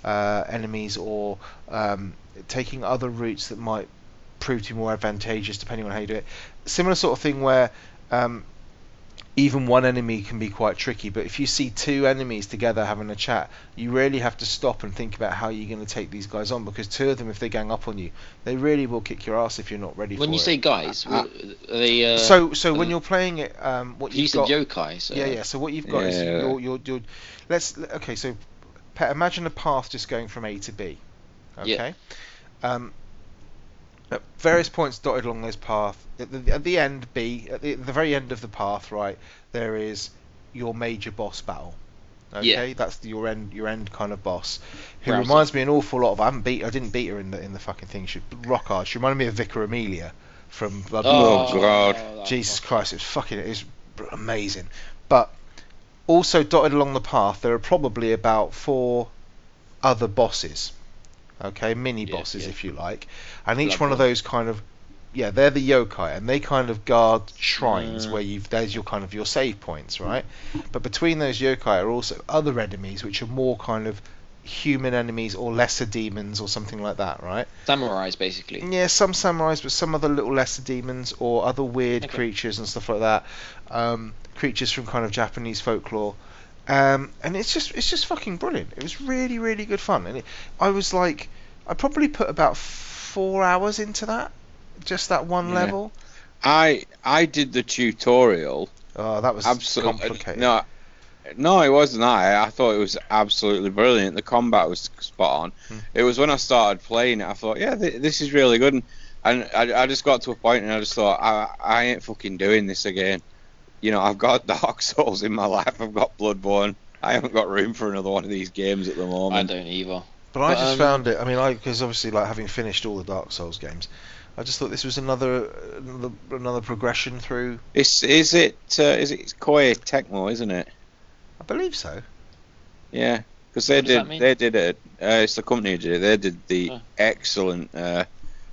uh, enemies or um, taking other routes that might prove to be more advantageous depending on how you do it. Similar sort of thing where um, even one enemy can be quite tricky, but if you see two enemies together having a chat, you really have to stop and think about how you're going to take these guys on because two of them, if they gang up on you, they really will kick your ass if you're not ready
When
for
you
it.
say guys,
Uh,
are they uh,
so, so when
uh,
you're playing it, um, what
you
you've
said
got,
yokai. So
yeah, yeah. So what you've got is
Yeah.
you're, you're, you're, let's okay. So, Pet, imagine a path just going from A to B.
Yeah.
Okay. Um, at various points dotted along this path. At the, at the end, B, at the, at the very end of the path, right, there is your major boss battle.
Yeah.
Okay, that's the- your end, your end kind of boss, who
Browser.
reminds me an awful lot of. I haven't beat, I didn't beat her in the in the fucking thing. She rock hard. She reminded me of Vicar Amelia from uh, Blood and Water.
Oh, God.
that
Jesus
fuck.
Christ, it was fucking it was br- amazing. But also dotted along the path, there are probably about four other bosses, okay, mini
Yeah,
bosses
yeah.
if you like, and each
Blood
one of
Bowl.
those kind of yeah, they're the yokai, and they kind of guard shrines
Mm.
where you've there's your kind of your save points, right? But between those yokai are also other enemies which are more kind of human enemies or lesser demons or something like that, right?
Samurais, basically.
Yeah, some samurais, but some other little lesser demons or other weird
Okay.
creatures and stuff like that. Um, creatures from kind of Japanese folklore. Um, and it's just it's just fucking brilliant. It was really really good fun, and it, I was like, I probably put about four hours into that, just that one
Yeah.
level.
I I did the tutorial.
Oh, that was
Absolutely
complicated.
no. No, it wasn't. I I thought it was absolutely brilliant. The combat was spot on.
Hmm.
It was when I started playing it. I thought, yeah, th- this is really good. And, and I, I just got to a point and I just thought, I, I ain't fucking doing this again. You know, I've got *laughs* Dark Souls in my life. I've got Bloodborne. I haven't got room for another one of these games at the
I
moment.
don't either.
But I
But,
just
um,
found it. I mean, I because obviously, like having finished all the Dark Souls games, I just thought this was another uh, another, another progression through.
It's is it uh, is it it's Koei Tecmo, isn't it?
I believe so.
Yeah, because they
What does that
did
mean?
they did it. Uh, it's the company who did it. They did the
Oh.
excellent uh,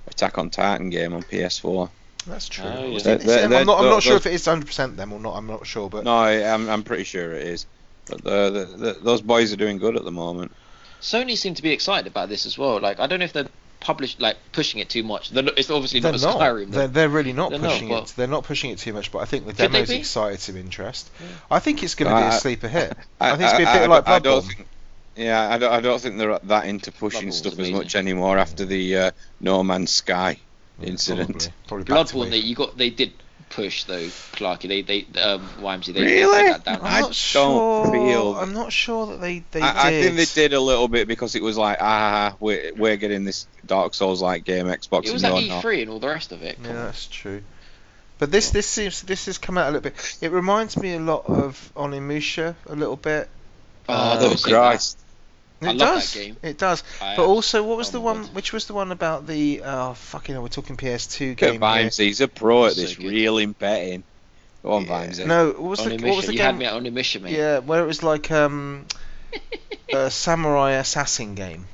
Attack on Titan game on PS4.
That's true.
Oh, yeah.
Wasn't
They're-
it
they're-
them? I'm not, I'm
they're-
not sure if
they're-
it is 100% them or not. I'm not sure, but
No, I, I'm I'm pretty sure it is. But the, the, the, those boys are doing good at the moment.
Sony seem to be excited about this as well. Like I don't know if they're published like pushing it too much. They're not- it's obviously
they're
not a
not.
Skyrim.
They're, they're really not
They're not,
pushing
but-
it. They're not pushing it too much. But I think the
Could they
demo's
be?
excited some interest.
Yeah.
I think it's going to
No,
be a
I-
sleeper hit. I think it's been a bit like
I don't
Bloodborne.
think, yeah, I don't, I don't think they're that into pushing
Bloodborne's
stuff
amazing.
as much anymore after the uh, No Man's Sky
Yeah,
incident.
Probably, probably back to
Bloodborne,
me.
they you got they did push though. Clarky, they they um, YMC, they
Really?
they set that down.
I
I'm not
don't
sure.
feel-
I'm not sure that they they
I, I
did.
think they did a little bit because it was like, ah, we're, we're getting this Dark Souls like game Xbox.
It was
and
at E
you're not.
E3 and all the rest of it.
Oh, Yeah,
Come on.
that's true. But this this seems this has come out a little bit. It reminds me a lot of Onimusha a little bit.
Oh,
Uh,
don't
Oh
say that.
Christ!
It
I love that
does.
game.
It does.
I
But
am-
also, what was
oh
the
my
one?
God.
Which was the one about the? Oh fucking! hell, We're talking PS2
Look
game.
at
here.
Vimesy, he's a pro at
So
this,
good.
really betting. Go on,
Yeah.
Vimesy.
No, what was
on
the?
a
What was
mission.
the
You
game?
had me at on a mission, mate.
yeah, where it was like um, a samurai assassin game.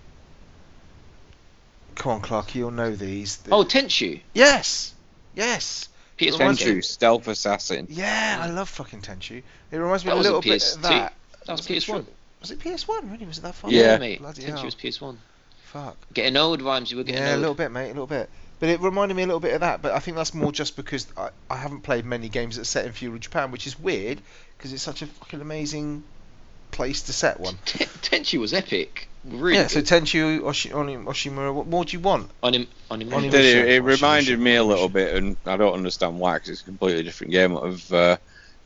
Come on, Clark, you'll know these.
Oh, Tenchu.
yes, yes,
PS1
Reminds
game.
Tenchu, stealth assassin.
yeah. I love fucking Tenchu. It reminds me
That
a
wasn't
little bit of
PS2.
that.
That was
I'm not sure-
PS1.
Was it PS1? Really? Was it that far?
Yeah. Yeah,
mate.
Bloody
Tenchu
hell.
was PS1.
Fuck.
Getting old, Vimes. You were getting
Yeah, a
old.
little bit, mate, a little bit. But it reminded me a little bit of that. But I think that's more just because I, I haven't played many games that are set in feudal Japan, which is weird because it's such a fucking amazing place to set one.
T- Tenchu was epic. Really
yeah.
good.
So Tenchu Oshi, Oni, Oshimura, what more do you want?
on him, on him.
On him.
Did it,
Onimusha,
it
Onimusha,
reminded me a
Onimusha.
little bit, and I don't understand why, because it's a completely different game of uh,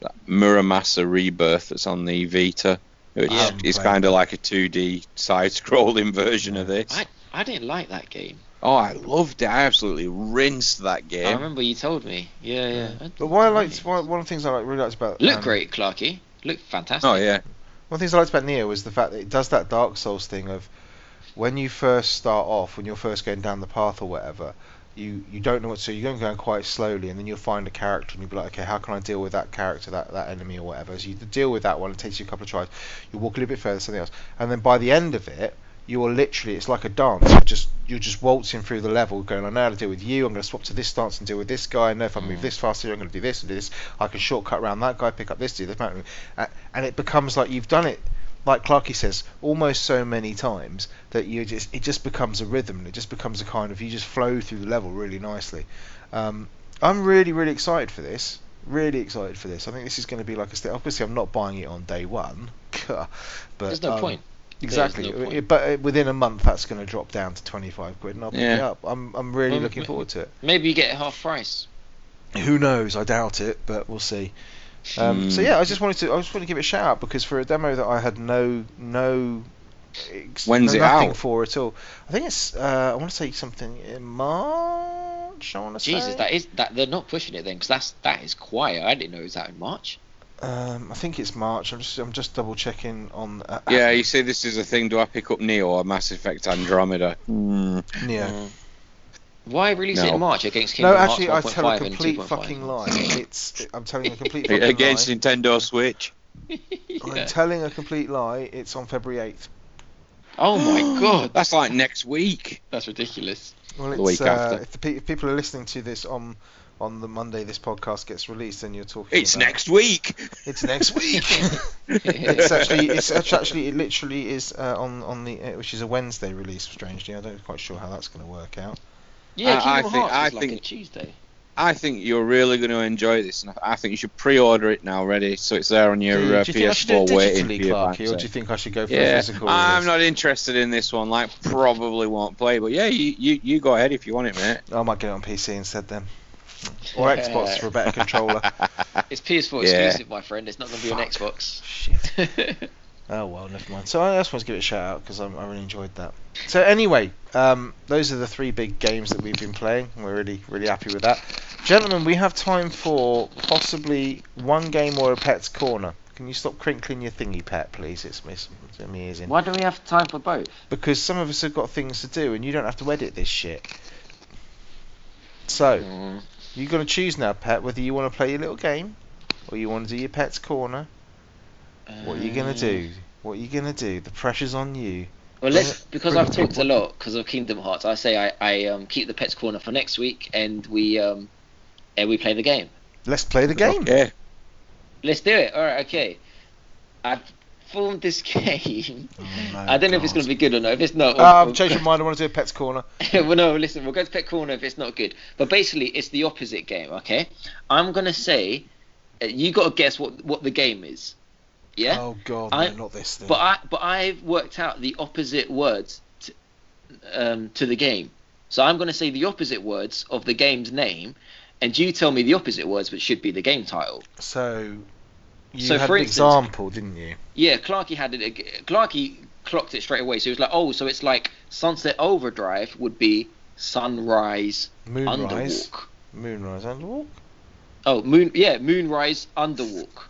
that Muramasa Rebirth that's on the Vita, which
Yeah.
is kind of like a 2D side-scrolling version of this.
I, I didn't like that game.
oh, I loved it. I absolutely rinsed that
I
game.
remember you told me. Yeah, yeah. I
But why I
didn't
liked
really-
why, one of the things I like, really liked about
Looked
um,
great, Clarky. Looked fantastic.
Oh yeah,
One of the things I liked about Neo was the fact that it does that Dark Souls thing of when you first start off, when you're first going down the path or whatever, you, you don't know what to do. You're going to go quite slowly, and then you'll find a character, and you'll be like, okay, how can I deal with that character, that, that enemy, or whatever? So you deal with that one, it takes you a couple of tries. You walk a little bit further, something else. And then by the end of it, you are literally, it's like a dance. You're just, you're just waltzing through the level, going, I know how to deal with you, I'm going to swap to this dance and deal with this guy. I know if I move
Mm.
this faster, I'm going to do this and do this. I can shortcut around that guy, pick up this, do this. And it becomes like you've done it like Clarky says, almost so many times that you just it just becomes a rhythm. It just becomes a kind of you just flow through the level really nicely. Um, I'm really really excited for this. Really excited for this. I think this is going to be like a step. Obviously, I'm not buying it on day one, *laughs* but
There's no
um,
point.
Exactly,
no point.
but uh, within a month that's going to drop down to 25 quid, and I'll pick
Yeah.
it up. I'm I'm really
Well,
looking
m-
forward to it.
Maybe you get it half price.
Who knows? I doubt it, but we'll see. Um, So
Hmm.
yeah, I just wanted to I just want to give it a shout out because for a demo that I had no no ex-
When's
no
it
nothing
out?
for at all. I think it's uh, I want to say something in March. I want to
Jesus,
say.
that is that they're not pushing it then, because that's that is quiet. I didn't know it was out in March.
Um, I think it's March. I'm just I'm just double checking on. Uh,
Yeah, you see, this is the thing. Do I pick up Neo or Mass Effect Andromeda? Mm.
yeah.
Mm. Why release it
No.
in March against Kingdom
No,
Hearts
actually, I tell a
1.5 and
complete
2.5?
fucking lie. *laughs* It's I'm telling you a complete *laughs* fucking
Against
lie.
Nintendo Switch.
*laughs* Yeah.
I'm telling a complete lie. It's on February 8th.
Oh
*gasps*
my god,
That's like next week.
that's ridiculous.
Well,
The
it's,
week
uh,
after.
If, the pe- if people are listening to this on on the Monday this podcast gets released, then you're talking.
It's
about-
next week.
It's next
*laughs*
week. *laughs* it's actually, it's act- actually, it literally is uh, on on the uh, which is a Wednesday release. Strangely, I don't quite sure how that's going to work out.
Yeah,
I- I
Kingdom
think-
Hearts
I
is like
think-
a Tuesday.
I think you're really going to enjoy this, and I think you should pre-order it now, ready, so it's there on your uh, PS4 waiting for
Clarky,
your
or
fancy.
do you think I should go for a
Yeah,
physical?
I'm
release?
not interested in this one. Like, probably won't play, but yeah, you, you, you go ahead if you want it, mate. *laughs*
I might get it on PC instead then, or Xbox for a better
*laughs*
controller.
It's PS4
Yeah.
exclusive, my friend. It's not going to be on Xbox.
Shit.
*laughs*
Oh well, never mind. So I just want to give it a shout out because I really enjoyed that. So anyway, um, those are the three big games that we've been playing. We're really really happy with that, gentlemen. We have time for possibly one game or a pet's corner. Can you stop crinkling your thingy, pet, please? It's mis- it's amazing.
Why do we have time for both?
Because some of us have got things to do, and you don't have to edit this shit. So
Mm.
you're gonna choose now, pet, whether you want to play your little game, or you want to do your pet's corner. What are you gonna do? What are you gonna do? The pressure's on you.
Well, let's because
Bring
I've
it-
talked a lot because of Kingdom Hearts. I say I, I um, keep the pets corner for next week, and we um, and we play the game.
Let's play the game.
Okay.
Let's do it. All right, okay. I've formed this *laughs* game.
Oh,
I don't know if it's going to be good or not. If it's not, we'll-
Uh,
we'll-
I've changed
*laughs*
my mind. I want to do a pet's corner.
well, no, listen, we'll go to Pet Corner if it's not good. But basically, it's the opposite game, okay? I'm going to say, uh, you got to guess what, what the game is. Yeah?
Oh god,
I-
no, not this thing.
But, I, but I've worked out the opposite words to, um, to the game. So I'm going to say the opposite words of the game's name, and you tell me the opposite words, which should be the game title.
so you
So
had
for
an
instance-
example, didn't you?
Yeah, Clarky had it. ag- Clarky clocked it straight away. So he was like, oh, so it's like Sunset Overdrive would be Sunrise
Moonrise,
Underwalk.
moonrise, underwalk.
Oh, moon. Yeah, moonrise underwalk.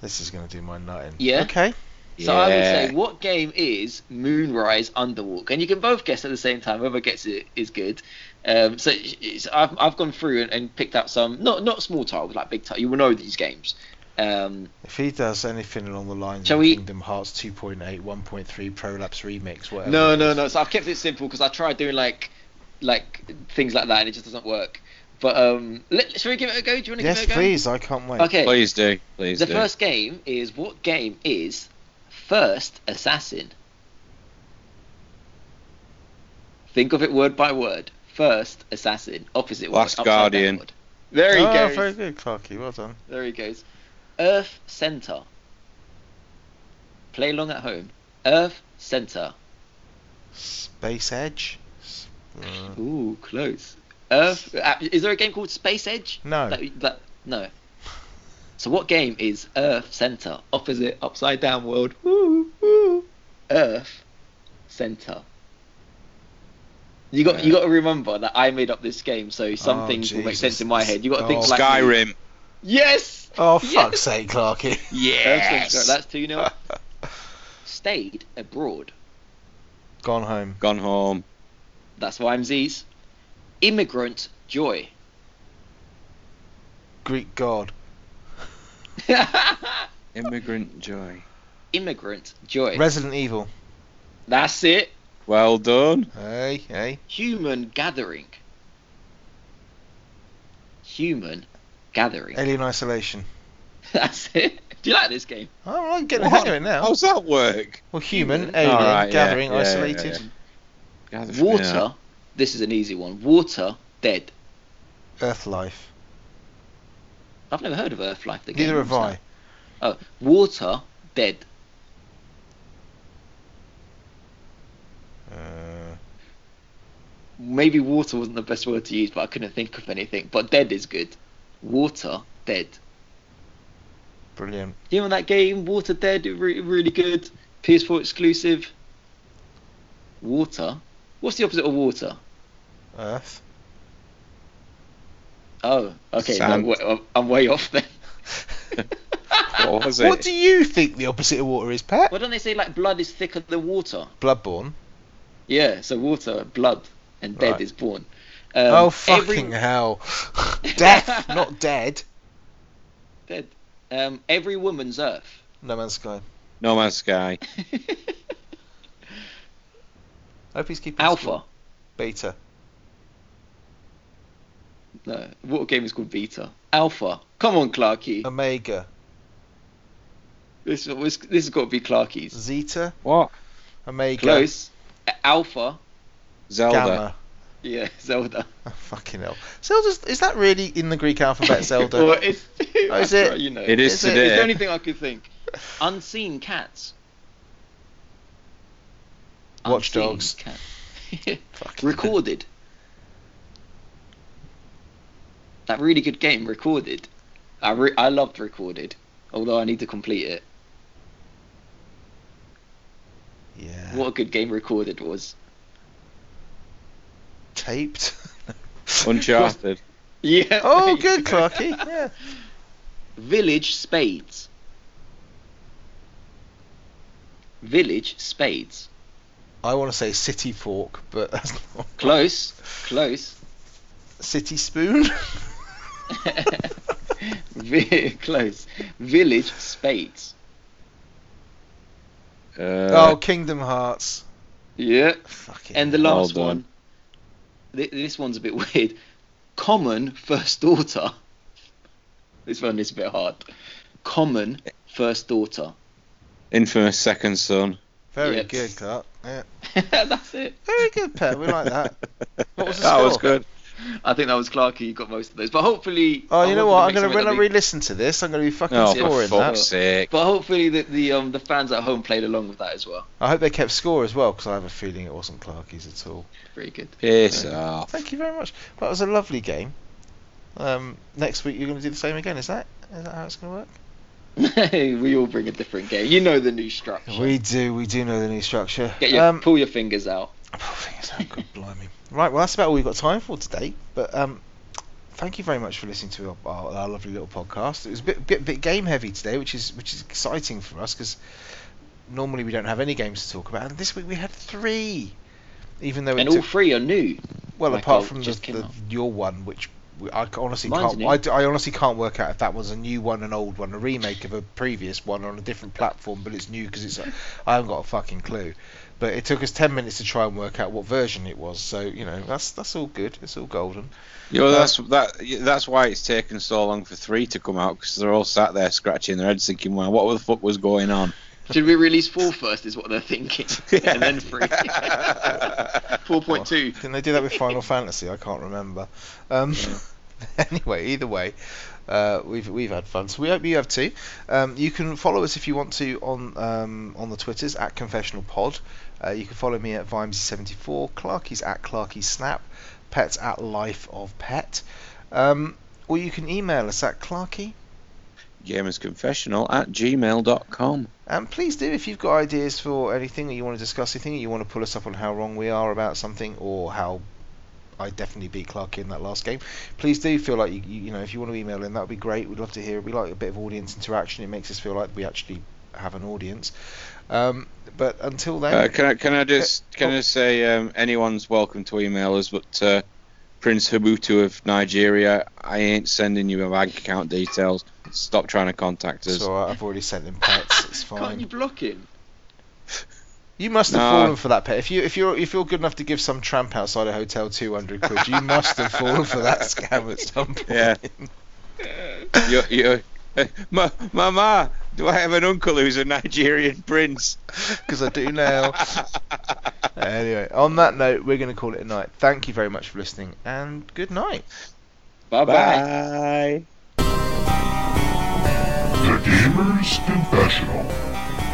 This is going to do my nutting.
Yeah.
Okay.
So I would
Yeah.
say, what game is moonrise underwalk? And you can both guess at the same time. Whoever gets it is good. Um, so it's, it's- I've, I've gone through and, and picked out some not not small titles like big titles. You will know these games. Um,
If he does anything along the lines
Shall
of
we-
Kingdom Hearts 2.8, 1.3, Prolapse Remix, whatever.
no, no, no. So I've kept it simple because I tried doing like like things like that and it just doesn't work. But um, let, shall we give it a go? Do you want to
Yes,
give it a go?
please. I can't wait.
Okay.
Please do. Please
the
do.
first game is what game is First Assassin? Think of it word by word. First Assassin, opposite word.
Last
upside down
Guardian.
word. There he
oh,
goes.
very good, Clarky. Well done.
There he goes. Earth Center. Play along at home. Earth Center.
Space Edge. S- uh,
Ooh, close. Earth. uh, Is there a game called Space Edge?
No.
That, that, no. So what game is Earth Center? Opposite, upside down world. Woo, woo. Earth Center. You got you got to remember that I made up this game, so some
Oh,
things will make
Jesus.
sense in my head. You got to think
Oh,
like
Skyrim.
Yes.
Oh,
Yes!
fuck's sake, Clarky. *laughs*
Earth Center.
Yes.
That's two 0 Stayed abroad.
Gone home.
Gone home.
That's why I'm Z's. Immigrant joy. *laughs*
Greek god.
Immigrant joy.
Immigrant joy.
Resident Evil.
That's it.
Well done.
Hey, hey.
Human gathering. Human gathering.
Alien Isolation.
*laughs* That's it. Do you like this game?
Oh, I'm getting a
What?
hang of it now.
How's that work?
Well, human,
Human.
alien,
All right, yeah,
gathering,
yeah, yeah,
isolated.
Gather from-
Water.
yeah.
This is an easy one. Water dead.
Earth life.
I've never heard of Earthlife. The game.
Neither have
what's
I.
that? Oh, water dead.
Uh,
Maybe water wasn't the best word to use, but I couldn't think of anything. But dead is good. Water dead.
brilliant.
You know that game, Water Dead, re- really good. PS4 exclusive. Water. What's the opposite of water?
*laughs*
Earth.
Oh, okay. No,
Sand.
wa- I'm- I'm way
*laughs*
off then.
What was it?
What do you think the opposite of water is, Pat?
Why don't they say like blood is thicker than water?
Bloodborne.
Yeah, so water, blood, and dead
Right.
is born. Um,
oh
every-
fucking hell! *laughs* Death, not dead.
Dead. Um, every woman's earth. *laughs*
No Man's Sky.
No Man's Sky.
I hope he's keeping
Alpha.
score. Oh, Beta.
No, what game is called beta? Alpha. Come on, Clarky.
Um, Omega.
this this this has got to be Clarky's.
Zeta.
What?
Omega.
Close. A- Alpha.
Zelda.
Gamma.
Yeah, *laughs* Zelda.
Oh, *laughs* fucking hell. Zelda's, is that really in the Greek
*laughs*
alphabet, Zelda?
*laughs* Well, it's,
Oh, is
that's
it?
right, You know.
It is
Is it-
today.
It's the only thing I could think. Unseen cats.
Watch
Unseen
Dogs.
cat-
*laughs* Fucking-
recorded. That really good game, recorded. I re- I loved recorded, although I need to complete it.
Yeah.
What a good game
*laughs*
recorded was.
Taped. *laughs*
Uncharted.
*laughs* Yeah.
oh,
there you
good,
go. *laughs*
Clarky. Yeah.
Village spades. Village spades.
I want to say City Fork, but that's not
*laughs* Close. Close.
*laughs* City
*laughs*
Spoon. *laughs*
Vi- Close. Village spades.
Uh,
oh, Kingdom Hearts.
Yeah.
Fucking.
And the
hell.
Well
last
done.
one. Th- this one's a bit weird. Common first daughter. This one is a bit hard. Common first daughter. *laughs*
Infamous Second Son.
Very
Yep.
good, Clark. Yeah.
That's it.
Very good, Pet. We like
*laughs*
*laughs*
that. What was the
that was
score?
good.
I think that was Clarky. You got most of those, but hopefully.
Oh, you know what? I'm gonna when I
read.
re-listen to this, I'm gonna be fucking
Oh,
No, for
scoring that.
fuck's sake.
But hopefully the, the um the fans at home played along with that as well.
I hope they kept score as well, because I have a feeling it wasn't Clarky's at all.
Very good.
Piss off.
Thank you very much. Well, that was a lovely game. Um, next week you're gonna do the same again. Is that is that how it's gonna work?
*laughs* we all bring a different game. You know the new structure.
We do. We do know the new structure.
Get your
um,
pull your fingers out.
Poor thing, it's not oh, good, blimey. Right, well, that's about all we've got time for today. But um, thank you very much for listening to our, our, our lovely little podcast. It was a bit, bit, bit game heavy today, which is which is exciting for us because normally we don't have any games to talk about, and this week we had three. Even though it
And all
took,
three are new.
well,
like,
apart
oh,
from the,
just came
the,
out.
your one, which we, I c- honestly
Mine's
can't,
new.
I, d- I honestly can't work out if that was a new one, an old one, a remake of a previous one on a different platform, but it's new because it's, a- I haven't got a fucking clue. But it took us ten minutes to try and work out what version it was, so you know that's that's all good. It's all golden.
You know, that's that. That's why it's taken so long for three to come out because they're all sat there scratching their heads, thinking, "Well, what the fuck was going on?"
Should we
*laughs*
release four first? Is what they're thinking, *laughs* and then three. Four point two.
Didn't they do that with Final Fantasy? I can't remember. Um, *laughs* anyway, either way, uh, we've we've had fun. So we hope you have too. Um, you can follow us if you want to on um, on the Twitters at Confessional Pod. Uh, you can follow me at Vimesy74. Clarky's at Clarky Snap. Pets at Life of Pet. Um, or you can email us at Clarky.
Gamersconfessional at gmail.com.
And Um, please do, if you've got ideas for anything that you want to discuss, anything that you want to pull us up on how wrong we are about something, or how I definitely beat Clark in that last game, please do feel like you, you, you know if you want to email in, that would be great. We'd love to hear. it. We like a bit of audience interaction. It makes us feel like we actually have an audience. Um, but until then,
Uh, can I can I just can I say um, anyone's welcome to email us, but uh, Prince Habutu of Nigeria, I ain't sending you my bank account details. Stop trying to contact us.
it's all right, I've already sent him pets.
*laughs*
It's
Can't
fine.
you
You...
block him?
must have
No.
fallen for that pet. If you if you're if you're good enough to give some tramp outside a hotel two hundred
*laughs*
quid, you must have fallen for that scam at some point.
Yeah. You're, you're, *laughs* Ma- Mama, do I have an uncle who's a Nigerian
*laughs*
prince?
because I do
*laughs*
now. anyway, on that note, we're going to call it a night. Thank you very much for listening, and good night.
Bye bye.
Bye.
The Gamer's Confessional.